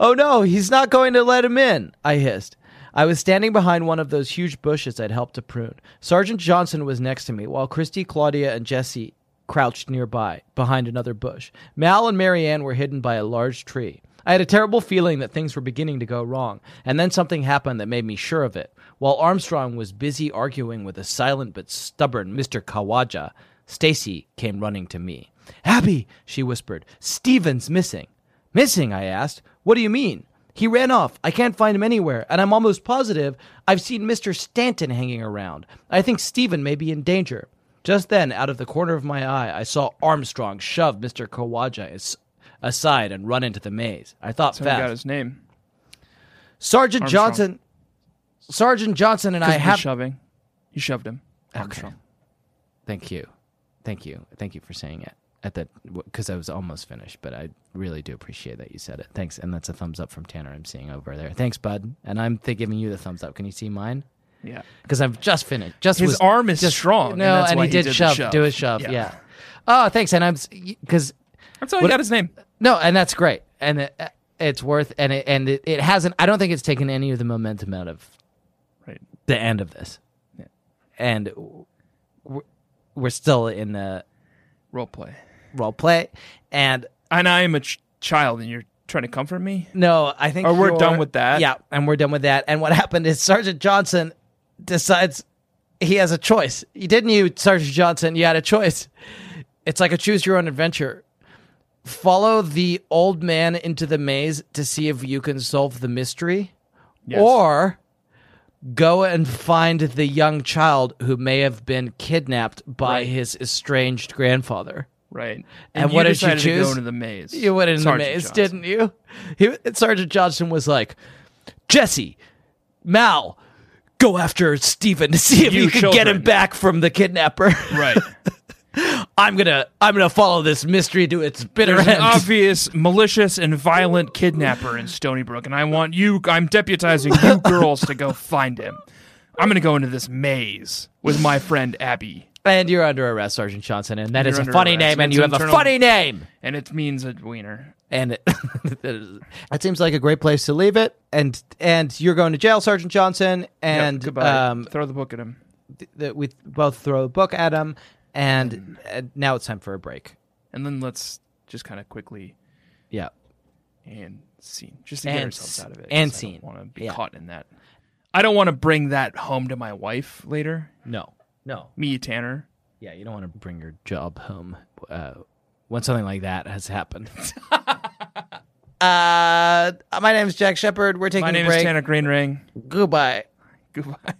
Oh no, he's not going to let him in, I hissed. I was standing behind one of those huge bushes I'd helped to prune. Sergeant Johnson was next to me, while Christy, Claudia, and Jesse crouched nearby, behind another bush. Mal and Marianne were hidden by a large tree. I had a terrible feeling that things were beginning to go wrong, and then something happened that made me sure of it. While Armstrong was busy arguing with a silent but stubborn Mr. Kawaja, Stacy came running to me. Abby, she whispered, Steven's missing. Missing, I asked. What do you mean? He ran off. I can't find him anywhere, and I'm almost positive I've seen Mr. Stanton hanging around. I think Stephen may be in danger. Just then, out of the corner of my eye, I saw Armstrong shove Mr. Kawaja as- aside and run into the maze. I thought So I got fast. his name. Sergeant Armstrong. Johnson. Sergeant Johnson and I I have. shoving. You shoved him. Armstrong. Thank you, thank you, thank you for saying it at that because I was almost finished, but I really do appreciate that you said it. Thanks, and that's a thumbs up from Tanner. I'm seeing over there. Thanks, bud, and I'm th- giving you the thumbs up. Can you see mine? Yeah. Because I've just finished. Just His was- arm is just- strong, and No, and, that's why he, he did did the shove, shove. do his shove. Yeah. Yeah. Oh, thanks, and I'm because That's how I What- got his name. no, and that's great, and it, uh, it's worth and it and it, it hasn't. I don't think it's taken any of the momentum out of Right. the end of this, and w- we're- we're still in the Role play. role play. And And I am a ch- child and you're trying to comfort me? no, I think Or we're you're- done with that? Yeah, and we're done with that. And what happened is Sergeant Johnson decides he has a choice. You didn't you, Sergeant Johnson? You had a choice. It's like a choose your own adventure. Follow the old man into the maze to see if you can solve the mystery, Yes. or go and find the young child who may have been kidnapped by Right. his estranged grandfather. Right. And what did you decided to choose? go into the maze. You went in Sergeant the maze, Johnson. didn't you? He, Sergeant Johnson was like, Jesse, Mal, go after Stephen to see if you, You can get him children." back from the kidnapper. Right. I'm gonna, I'm gonna follow this mystery to its bitter There's end. an obvious, malicious, and violent kidnapper in Stony Brook, and I want you. I'm deputizing you girls to go find him. I'm going to go into this maze with my friend Abby, and you're under arrest, Sergeant Johnson, and that You're is a under funny arrest. name, and It's you have a internal- funny name. and it means a wiener. And it, that seems like a great place to leave it. And and you're going to jail, Sergeant Johnson. Yep, And goodbye. um, Throw the book at him. that we both throw a book at him. And, and now it's time for a break. And then let's just kind of quickly Yeah. and scene, just to get And ourselves s- out of it. and 'cause scene. I don't want to be Yeah. caught in that. I don't want to bring that home to my wife later. No. No. Me, Tanner. Yeah, you don't want to bring your job home uh, when something like that has happened. uh, my name is Jack Shepard. We're taking My name a break. is Tanner Greenring. Goodbye. Goodbye.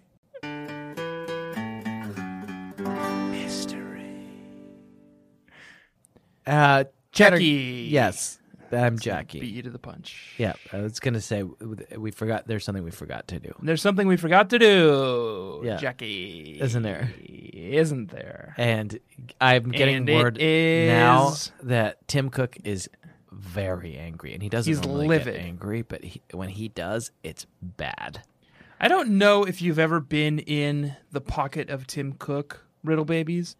Uh, Cheddar- Jackie. Yes, I'm Jackie. Beat you to the punch. Yeah, I was gonna say w- we forgot. There's something we forgot to do, There's something we forgot to do, Yeah. Jackie. isn't there? Isn't there? And I'm getting And it word now is- that Tim Cook is very angry, and he doesn't He's normally livid. get angry, but he, when he does, it's bad. I don't know if you've ever been in the pocket of Tim Cook riddle babies,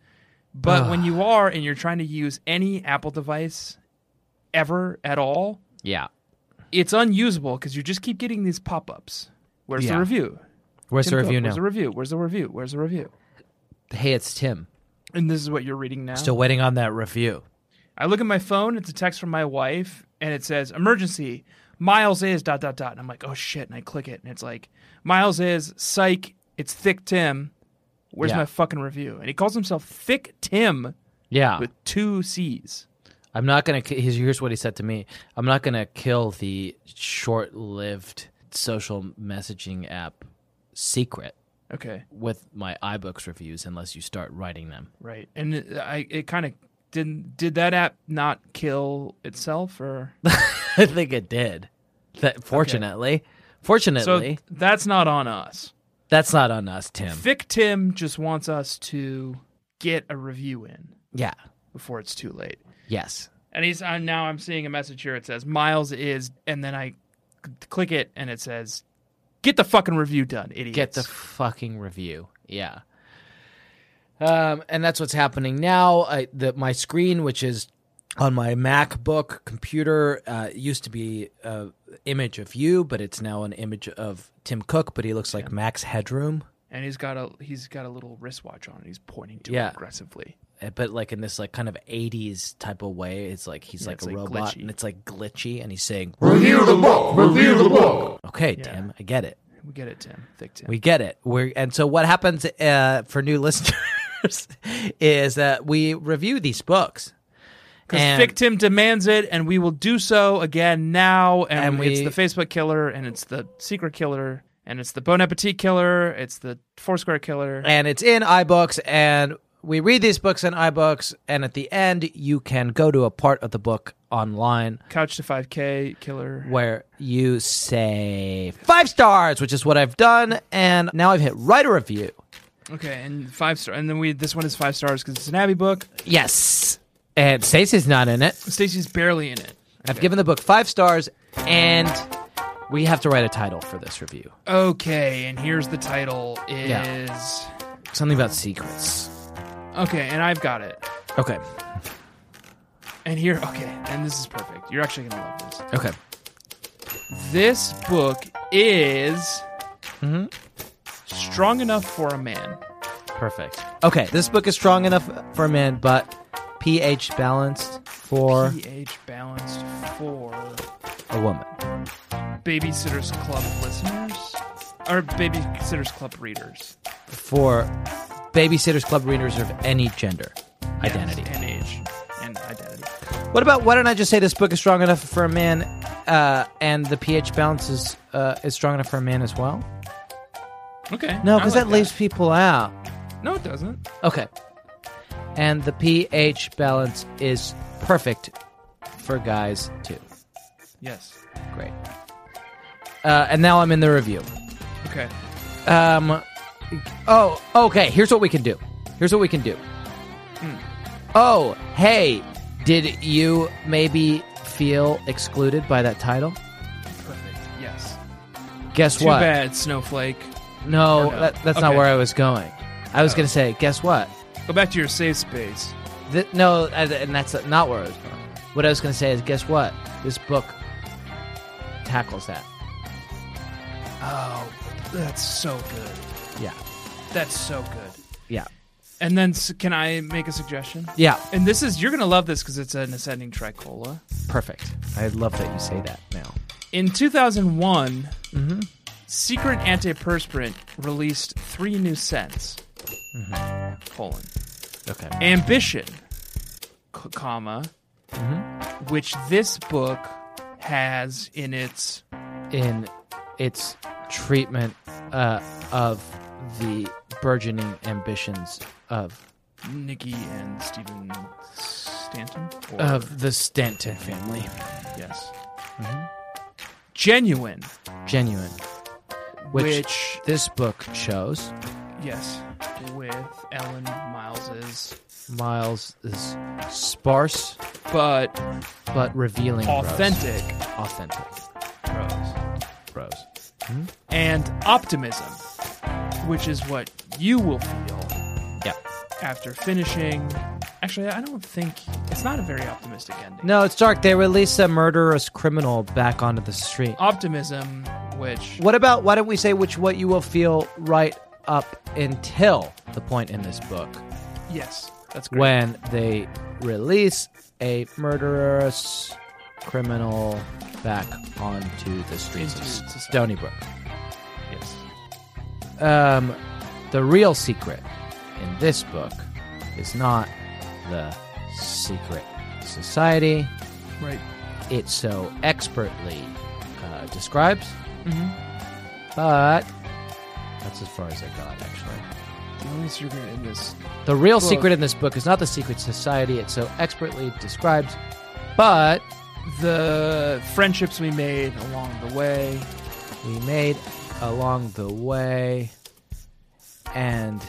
but when you are and you're trying to use any Apple device ever at all, Yeah. it's unusable because you just keep getting these pop-ups. Where's Yeah. the review? Where's Tim the Cook, review Where's now? the review? Where's the review? Where's the review? hey, it's Tim. And this is what you're reading now. Still waiting on that review. I look at my phone. It's a text from my wife, and it says emergency. Miles is dot dot dot, and I'm like, oh shit, and I click it, and it's like Miles is psych. It's Thick Tim. Where's Yeah. my fucking review? And he calls himself Thick Tim Yeah, with two C's. I'm not gonna. ki- Here's here's what he said to me. I'm not gonna kill the short-lived social messaging app secret Okay. with my iBooks reviews unless you start writing them. Right. And it, I it kind of didn't did that app not kill itself or I think it did. That so fortunately, fortunately, that's not on us. that's not on us, Tim. Vic Tim just wants us to get a review in Yeah. before it's too late. Yes. And he's uh, now I'm seeing a message here. It says Miles is, and then I c- click it, and it says, "Get the fucking review done, idiots." Get the fucking review. Yeah. Um, and that's what's happening now. I, the, my screen, which is on my MacBook computer, uh, used to be an image of you, but it's now an image of Tim Cook, but he looks like Max Headroom. and he's got a he's got a little wristwatch on, and he's pointing to Yeah. it aggressively. Uh, but like in this like kind of 80s type of way it's like he's like it's, a like, robot glitchy. and it's like glitchy and he's saying review the book review the book okay tim i get it We get it, Tim. Thick Tim. we get it we're and so what happens uh, for new listeners is that we review these books Because and- Thick Tim demands it, and we will do so again now. And, And it's we- the Facebook killer, and it's the secret killer, and it's the Bon Appetit killer, it's the Foursquare killer. and it's in iBooks and we read these books in iBooks and at the end you can go to a part of the book online Couch to 5K killer. where you say five stars, which is what I've done, and now I've hit write a review. Okay, and five star. And then we this one is five stars because it's an Abby book. Yes. And Stacy's not in it. Stacy's barely in it. I've given the book five stars, and we have to write a title for this review. Okay, and here's the title is Yeah. Something about secrets. Okay, and I've got it. Okay. And here okay, and this is perfect. You're actually gonna love this. Okay. This book is Mm-hmm. strong enough for a man. Perfect. Okay. This book is strong enough for men, but pH balanced for pH balanced for a woman. babysitters club listeners. Or babysitters club readers. For babysitters club readers of any gender Yes, identity. and age. And identity. What about why don't I just say this book is strong enough for a man, uh, and the pH balance is uh, is strong enough for a man as well? Okay. No, I because like that leaves people out. No, it doesn't. Okay, and the pH balance is perfect for guys too. Yes. Great. Uh, and now I'm in the review. Okay. Um, oh, okay. Here's what we can do. Here's what we can do. Oh, hey, did you maybe feel excluded by that title? Perfect. Yes. Guess Too what? bad, Snowflake. No, Or no? That, that's not Okay. Oh. where I was going. I was going to say, guess what? Go back to your safe space. Th- no, I- and that's not where I was going. What I was going to say is, guess what? This book tackles that. Oh, that's so good. Yeah, That's so good. yeah, And then, s- can I make a suggestion? yeah. And this is, you're going to love this because it's an ascending tricola. Perfect. I love that you say that now. In 2001, Mm-hmm. Secret Antiperspirant released three new scents. Colon. Okay. Ambition, c- comma, which this book has in its In its treatment uh, of the burgeoning ambitions of Nikki and Stephen Stanton? Or, of the Stanton family, yes. Mm-hmm. Genuine, genuine, which, which this book shows. yes, with Ellen Miles's, Miles is sparse but but revealing rose. authentic authentic prose. rose Mm-hmm. And optimism, which is what you will feel yeah after finishing. Actually, I don't think it's not a very optimistic ending. no it's dark they release a murderous criminal back onto the street Optimism, which what about why don't we say which what you will feel right up until the point in this book yes, that's great. when they release a murderous criminal back onto the streets Into of society. Stony Brook yes. um, the real secret in this book is not the secret society Right. Mm-hmm. it so expertly uh, describes. But That's as far as I got, actually. The only secret in this. the real Book. secret in this book is not the secret society it so expertly describes, but The friendships we made along the way. we made along the way. And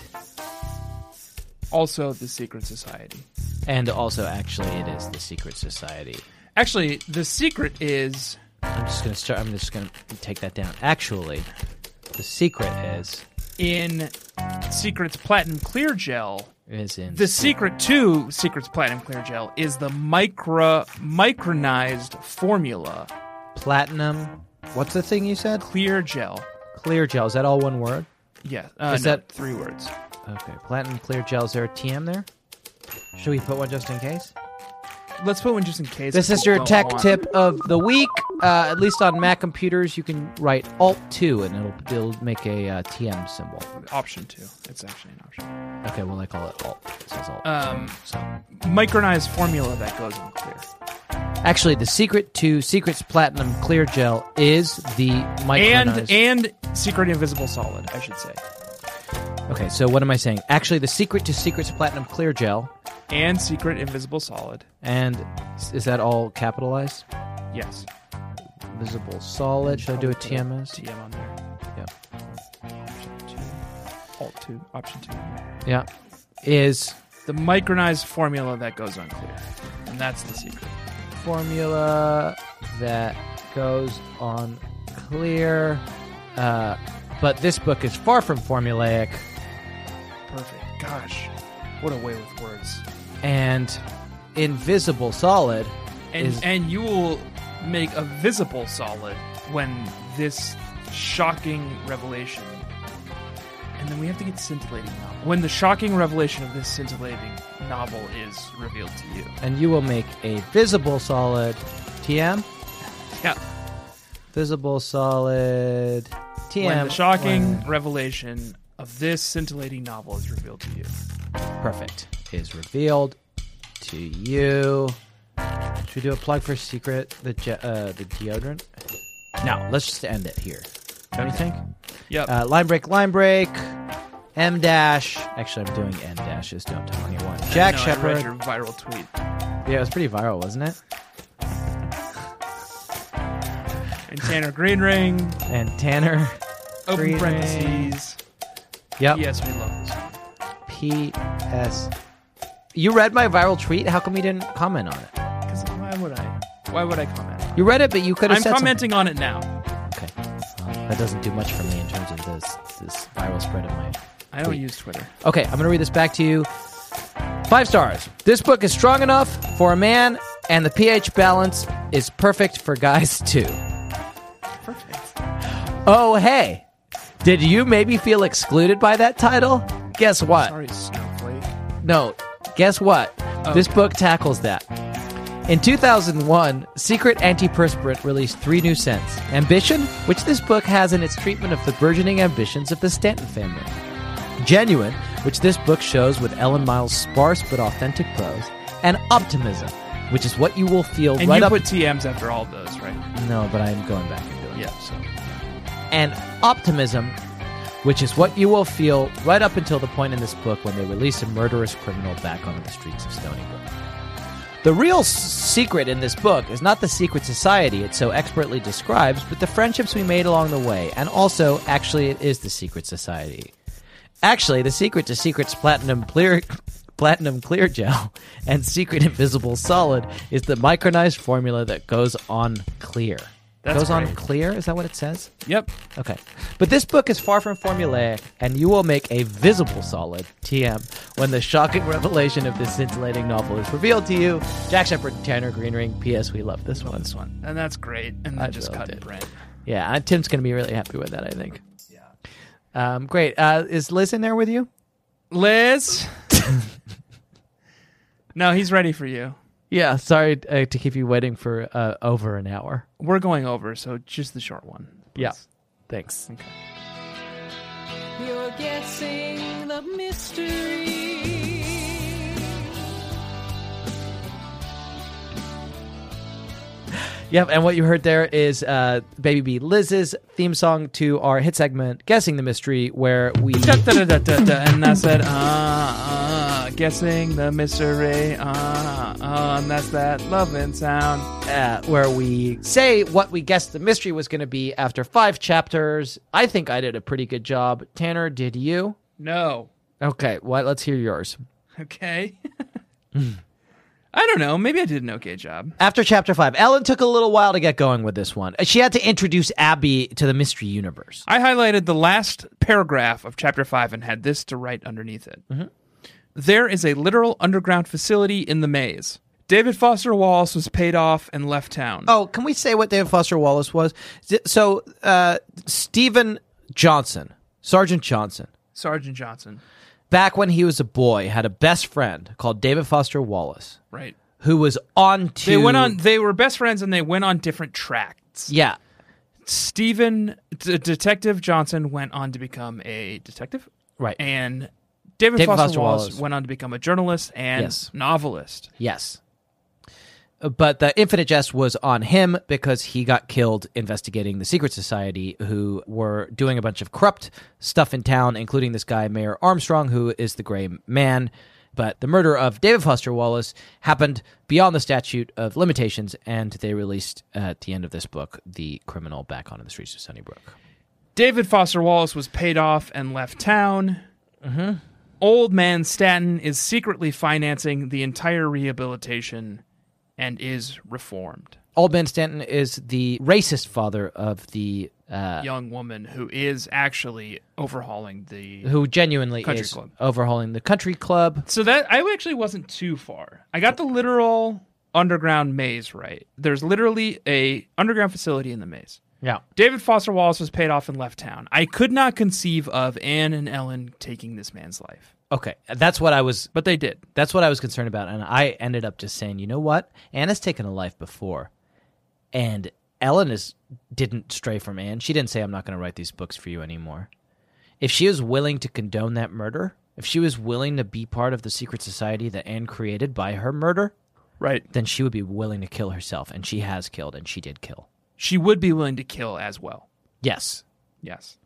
Also, the secret society. and also actually it is the secret society. Actually, the secret is I'm just gonna start I'm just gonna take that down. Actually, the secret is in Secrets Platinum Clear Gel. is in The secret to Secrets Platinum Clear Gel is the micro micronized formula platinum What's the thing you said? clear gel. clear gel. Is that all one word? Yeah, uh, Is no, that- three words? Okay, platinum clear gel. Is there a TM there? Should we put one just in case? Let's put one just in case. This is your Don't tech want- tip of the week. Uh, at least on Mac computers, you can write Alt 2 and it'll, it'll make a uh, TM symbol. Option two. It's actually an option. Okay, well, I call it Alt. It says Alt. Um, so. micronized formula that goes in clear. Actually, the secret to Secrets Platinum Clear Gel is the micronized. and and secret invisible solid i should say okay, so what am I saying? Actually, the secret to Secrets Platinum Clear Gel, and secret invisible solid and s- is that all capitalized? yes Visible solid. Should I do a TMS? tm on there Yeah. alt 2 option 2 Yeah. Is the micronized formula that goes unclear and that's the secret formula that goes on clear. Uh, but this book is far from formulaic, perfect gosh what a way with words and invisible solid and is and you will make a visible solid when this shocking revelation and then we have to get scintillating novel when the shocking revelation of this scintillating novel is revealed to you and you will make a visible solid TM. yeah Visible solid TM. when the shocking revelation of this scintillating novel is revealed to you. perfect is revealed to you. Should we do a plug for secret the ge- uh, the deodorant? No, let's just end it here. Don't you think? Yep. Uh, line break, line break. M dash. Actually, I'm doing N dashes. Don't tell anyone. Jack No, I read Shepard. your viral tweet. Yeah, it was pretty viral, wasn't it? And Tanner Green Ring, And Tanner. open Green parentheses. Yep. Yes, we love this. P.S. You read my viral tweet. How come you didn't comment on it? Because why would I? Why would I comment? on it? You read it, but you could have I'm said something. commenting on it now. Okay. Well, that doesn't do much for me in terms of this this viral spread of my. I don't use Twitter. Okay, I'm gonna read this back to you. Five stars. This book is strong enough for a man, and the pH balance is perfect for guys too. Perfect. Oh hey, did you maybe feel excluded by that title? Guess what? Sorry, Snowflake. No, guess what? Oh. This book tackles that. In 2001, Secret Antiperspirant released three new scents Ambition, which this book has in its treatment of the burgeoning ambitions of the Stanton family, Genuine, which this book shows with Ellen Miles' sparse but authentic prose, and Optimism, which is what you will feel And right you up. put TMs after all those, right? no, but I'm going back and doing it Yeah. So and optimism, which is what you will feel right up until the point in this book when they release a murderous criminal back onto the streets of Stony Brook. The real s- secret in this book is not the secret society it so expertly describes, but the friendships we made along the way, and also, actually, it is the secret society. Actually, the secret to Secret's Platinum Clear Platinum Clear Gel and Secret Invisible Solid is the micronized formula that goes on clear. That's goes on great. clear? Is that what it says? yep. Okay. But this book is far from formulaic, and you will make a visible solid TM when the shocking revelation of this scintillating novel is revealed to you. Jack Shepard, Tanner Greenring, P.S. We love this one. This one. And that's great. And then I just loved cut it. Brent. Yeah, uh, Tim's going to be really happy with that, I think. Yeah. Um, great. Uh, is Liz in there with you? Liz. no, he's ready for you. Yeah. Sorry uh, to keep you waiting for uh, over an hour. We're going over, so just the short one. Yeah. Thanks. Okay. You're guessing the mystery. Yep, and what you heard there is uh, Baby B Liz's theme song to our hit segment, Guessing the Mystery, where we. Da-da-da-da-da-da, and I said, ah, uh, uh, guessing the mystery, ah, uh, uh, and that's that loving sound. uh, where we say what we guessed the mystery was going to be after five chapters. I think I did a pretty good job. Tanner, did you? No. Okay, well, let's hear yours. Okay. I don't know. Maybe I did an okay job. After chapter five, Ellen took a little while to get going with this one. She had to introduce Abby to the mystery universe. I highlighted the last paragraph of chapter 5 and had this to write underneath it. There is a literal underground facility in the maze. David Foster Wallace was paid off and left town. Oh, can we say what David Foster Wallace was? Z- So, uh, Stephen Johnson, Sergeant Johnson, Sergeant Johnson. back when he was a boy, had a best friend called David Foster Wallace, Right. who was on to. They went on they were best friends and they went on different tracks. Yeah. Stephen D- Detective Johnson went on to become a detective Right. and David, David Foster, Foster Wallace, Wallace. went on to become a journalist and Yes. novelist. Yes. Uh, But the Infinite Jest was on him because he got killed investigating the Secret Society, who were doing a bunch of corrupt stuff in town, including this guy, Mayor Armstrong, who is the Gray Man. But the murder of David Foster Wallace happened beyond the statute of limitations, and they released uh, at the end of this book the criminal back onto the streets of Sunnybrook. David Foster Wallace was paid off and left town. Mm-hmm. Old man Staten is secretly financing the entire rehabilitation and is reformed. Old Man Stanton is the racist father of the. Uh, Young woman who is actually overhauling the. who genuinely Country is club. overhauling the country club. So that I actually wasn't too far. I got the literal underground maze right. There's literally a underground facility in the maze. Yeah. David Foster Wallace was paid off and left town. I could not conceive of Anne and Ellen taking this man's life, Okay, that's what I was. but they did. That's what I was concerned about, and I ended up just saying, you know what? Anna's taken a life before, and Ellen is didn't stray from Anne. She didn't say, "I'm not going to write these books for you anymore." If she was willing to condone that murder, if she was willing to be part of the secret society that Anne created by her murder, Right. then she would be willing to kill herself, and she has killed, and she did kill. she would be willing to kill as well. Yes, Yes.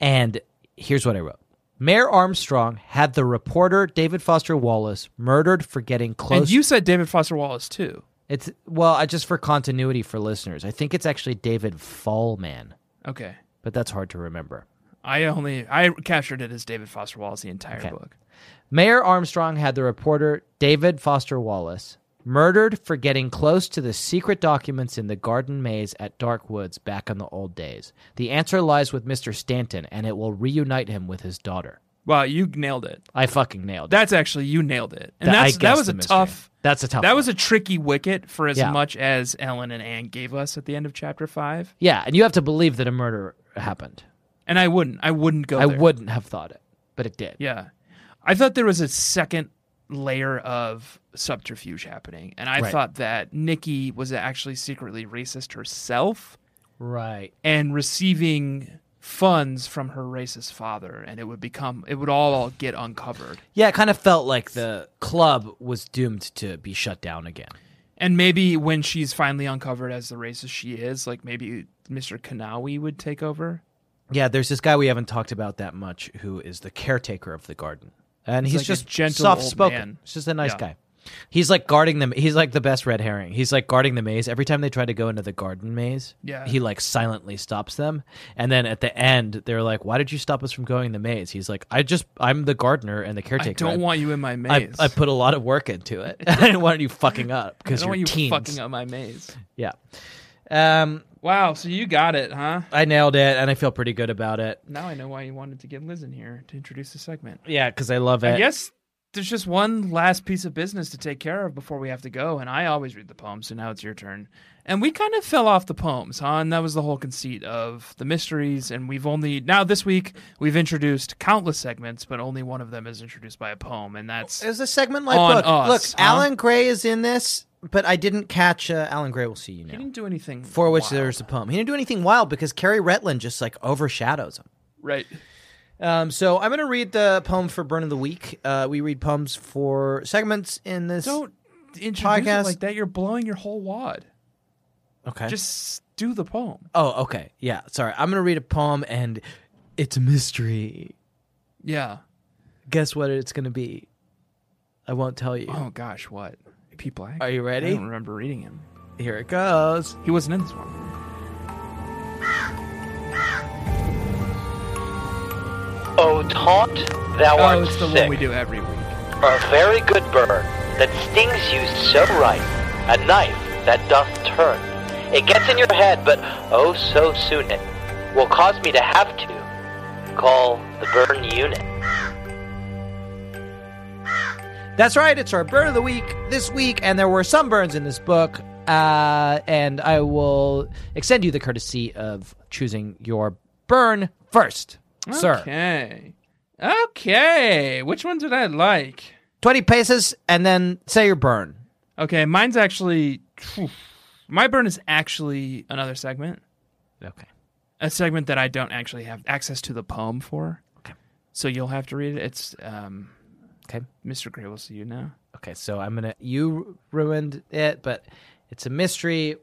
And here's what I wrote. Mayor Armstrong had the reporter David Foster Wallace murdered for getting close. And you said David Foster Wallace too. It's well, I just for continuity for listeners. I think it's actually David Fallman, Okay. but that's hard to remember. I only I captured it as David Foster Wallace the entire Okay. book. Mayor Armstrong had the reporter David Foster Wallace murdered for getting close to the secret documents in the garden maze at Dark Woods back in the old days. The answer lies with Mr. Stanton, and it will reunite him with his daughter. Wow, you nailed it. I fucking nailed it. That's actually you nailed it. And I that's, that guessed was the a mystery. tough That's a tough. that one. was a tricky wicket for as Yeah. much as Ellen and Anne gave us at the end of chapter five. Yeah, and you have to believe that a murder happened. And I wouldn't. I wouldn't go I there. wouldn't have thought it, but it did. Yeah. I thought there was a second layer of subterfuge happening. And I Right. thought that Nikki was actually secretly racist herself. Right. and receiving funds from her racist father and it would become it would all get uncovered Yeah, it kind of felt like the club was doomed to be shut down again. and maybe when she's finally uncovered as the racist she is like maybe mr kanawi would take over Yeah, there's this guy we haven't talked about that much who is the caretaker of the garden. And he's, like a just gentle old soft spoken. man. He's just a nice Yeah. guy. He's like guarding them. He's like the best red herring. He's like guarding the maze. Every time they try to go into the garden maze, Yeah. he like silently stops them. And then at the end, they're like, "Why did you stop us from going in the maze?" He's like, "I just I'm the gardener and the caretaker. i don't want you in my I, maze I put a lot of work into it. I didn't want you fucking up I because don't you're want you teens. fucking up my maze Yeah. Um, wow so you got it huh I nailed it, and I feel pretty good about it. now i know why you wanted to get liz in here to introduce the segment Yeah, because I love it. i guess there's just one last piece of business to take care of before we have to go and i always read the poems so now it's your turn and we kind of fell off the poems huh and that was the whole conceit of the mysteries and we've only now this week we've introduced countless segments but only one of them is introduced by a poem and that's it was a segment like On book. us, Look, huh? Alan Gray is in this, but I didn't catch uh, Alan Gray. Will see you he now. didn't do anything For which wild. there's a poem. He didn't do anything wild because Carrie Retland just like overshadows him. right Um, so I'm gonna read the poem for Burn of the Week. Uh, we read poems for segments in this. don't introduce it Podcast. like that you're blowing your whole wad Okay. Just do the poem. oh, okay. Yeah. Sorry. I'm gonna read a poem, and it's a mystery. Yeah. Guess what it's gonna be? I won't tell you. Oh gosh, what? P. Black. Are you I ready? don't remember reading him. Here it goes. He wasn't in this one. O taunt, thou Oh, art it's the sick, one we do every week. a very good bird that stings you so right, a knife that doth turn. It gets in your head, but oh so soon it will cause me to have to call the burn unit. That's right. It's our burn of the week this week, and there were some burns in this book. Uh, and I will extend you the courtesy of choosing your burn first, sir. Okay. Okay. Which one did I like? Twenty paces, and then say your burn. Okay, mine's actually my burn is actually another segment. Okay. a segment that I don't actually have access to the poem for. Okay. So you'll have to read it. It's um, Okay. Mr. Gray will see you now. Okay, so I'm gonna you ruined it, but it's a mystery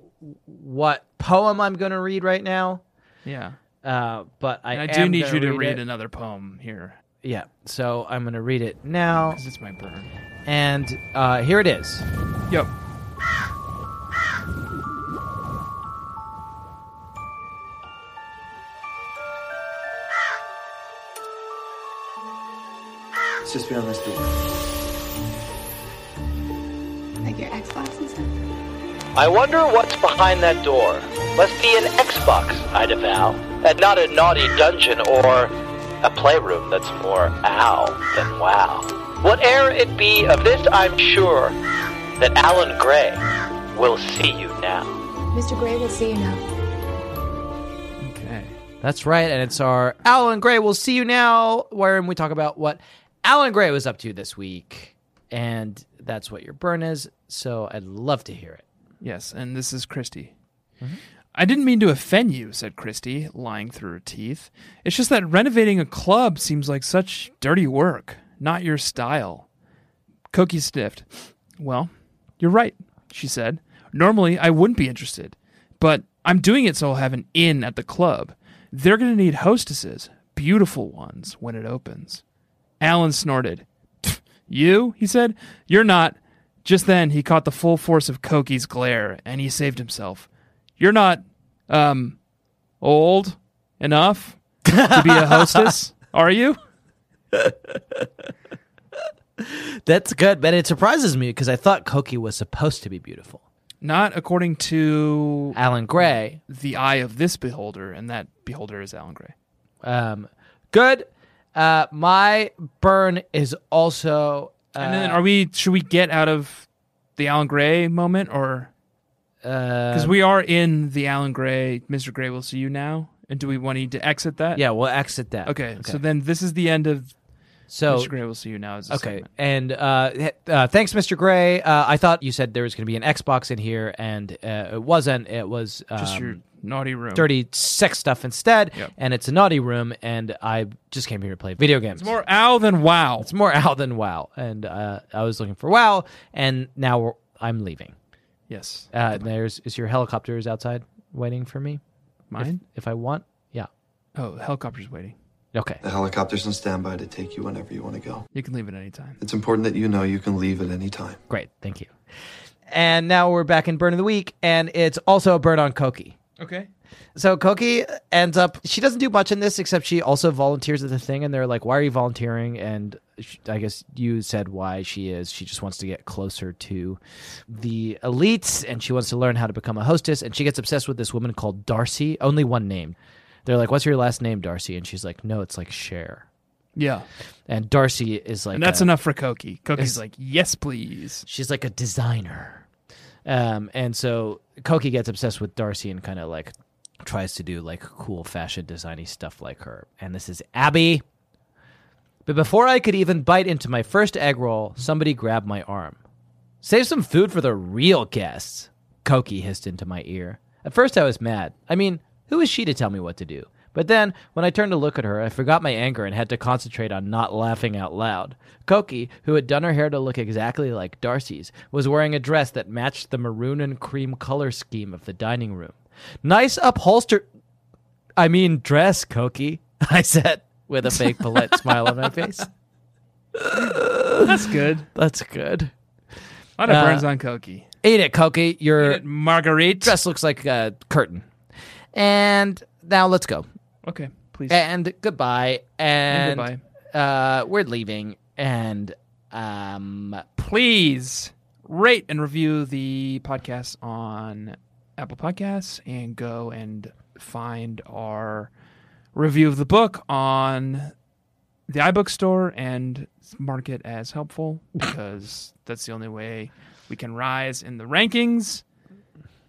what poem I'm gonna read right now. Yeah. Uh, but I, And I, do am need gonna you to read, read, it. another poem here Yeah, so I'm gonna read it now, because it's my burn. and uh, here it is. Yep. It's just beyond this door. Like your Xbox and stuff? I wonder what's behind that door. Must be an Xbox, I avow, and not a naughty dungeon or a playroom that's more ow than wow. Whate'er it be, of this I'm sure that Alan Gray will see you now. Mr. Gray will see you now. Okay. That's right, and it's our Alan Gray. We'll see you now, wherein we talk about what Alan Gray was up to this week, and that's what your burn is. So I'd love to hear it. Yes, and this is Christy. Mm-hmm. I didn't mean to offend you, said Christy, lying through her teeth. It's just that renovating a club seems like such dirty work. Not your style. Cookie sniffed. Well, you're right, she said. Normally, I wouldn't be interested, but I'm doing it so I'll have an inn at the club. They're going to need hostesses, beautiful ones, when it opens. Alan snorted. You? he said. You're not. Just then, he caught the full force of Koki's glare, and he saved himself. You're not, um, old enough to be a hostess, are you? That's good, but it surprises me because I thought Koki was supposed to be beautiful. Not according to Alan Gray the eye of this beholder, and that beholder is Alan Gray. Um, good. Uh, my burn is also. Uh, And then, are we? Should we get out of the Alan Gray moment, or because we are in the Alan Gray, Mr. Gray will see you now, and do we want need to exit that? yeah, we'll exit that. Okay, so then this is the end of so Mr. Gray will see you now. Is the Oh. okay, segment. and uh, he- uh, thanks, Mr. Gray. Uh, I thought you said there was going to be an Xbox in here, and uh, it wasn't. It was um, just your naughty room. dirty sex stuff instead, Yep. and it's a naughty room. And I just came here to play video games. It's more ow than wow. It's more out than wow, and uh, I was looking for wow, and now we're, I'm leaving. Yes. Uh, there's is your helicopter is outside waiting for me. Mine? if I want. Yeah. Oh, helicopter's waiting. Okay. The helicopter's on standby to take you whenever you want to go. You can leave at any time. It's important that you know you can leave at any time. Great. Thank you. And now we're back in Burn of the Week, and it's also a burn on Koki. Okay. So Koki ends up, she doesn't do much in this except she also volunteers at the thing, and they're like, Why are you volunteering? And sh I guess you said why she is. She just wants to get closer to the elites, and she wants to learn how to become a hostess. And she gets obsessed with this woman called Darcy, only one name. They're like, What's your last name, Darcy? And she's like, No, it's like Cher. Yeah. And Darcy is like, And that's a- enough for Koki. Koki's Yes. like, yes, please. She's like a designer. Um, and so Koki gets obsessed with Darcy and kind of like tries to do like cool fashion designy stuff like her. And this is Abby. But before I could even bite into my first egg roll, somebody grabbed my arm. Save some food for the real guests, Koki hissed into my ear. At first I was mad. I mean, who is she to tell me what to do? But then, when I turned to look at her, I forgot my anger and had to concentrate on not laughing out loud. Koki, who had done her hair to look exactly like Darcy's, was wearing a dress that matched the maroon and cream color scheme of the dining room. Nice upholster. I mean, dress, Koki, I said, with a fake polite smile on my face. That's good. That's good. A lot of Uh, burns on Koki. Eat it, Koki. Your Marguerite. dress looks like a curtain. And now let's go. Okay, please. And goodbye. And, goodbye. Uh, we're leaving. And um, please rate and review the podcast on Apple Podcasts and go and find our review of the book on the iBook store and mark it as helpful because that's the only way we can rise in the rankings.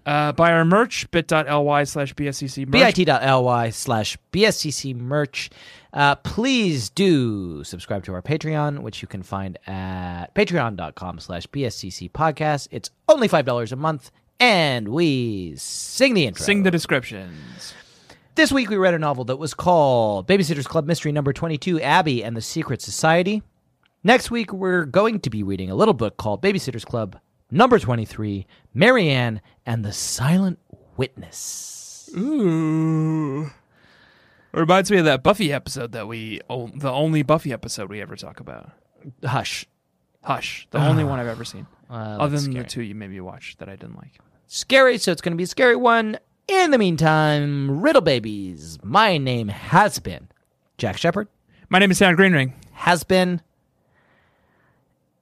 Uh, buy our merch, bit.ly slash BSCC merch. bit.ly slash bscc merch uh, please do subscribe to our patreon which you can find at patreon.com slash bscc podcast it's only $5 a month and we sing the intro Sing the descriptions. this week we read a novel that was called babysitters club mystery number 22 abby and the secret society next week we're going to be reading a little book called babysitters club number 23 marianne and the silent witness Ooh. It reminds me of that Buffy episode that we, oh, the only Buffy episode we ever talk about. hush Hush, the only one I've ever seen. Other Uh, that's than scary. the two you maybe watched that I didn't like. scary, so it's going to be a scary one. In the meantime, Riddle Babies, my name has been Jack Shepard, My name is Sam Greenring. has been.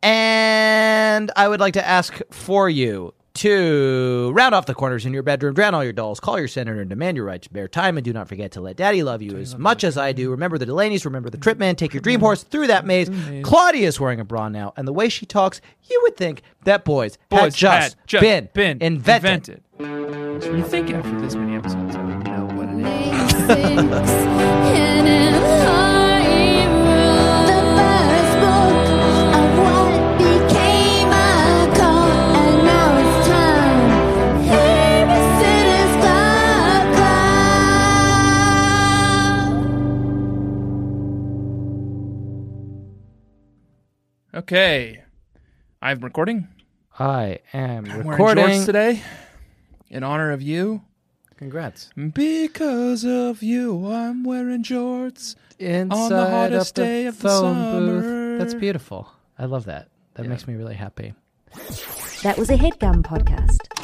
And I would like to ask for you to round off the corners in your bedroom, drown all your dolls, call your senator, and demand your right to bear time. And do not forget to let daddy love you as much as I do. Remember the Delaney's, remember the trip man, take your dream horse through that maze. Claudia is wearing a bra now, and the way she talks, you would think that boys, had Boys just, had just been, been invented. invented. So you think after this many episodes, I would know what it is. Okay. I'm recording. I am Wearing recording. shorts today in honor of you. Congrats. Because of you, I'm wearing shorts. Inside hottest of the day of the phone booth. summer. That's beautiful. I love that. That makes me really happy. That was a headgum podcast.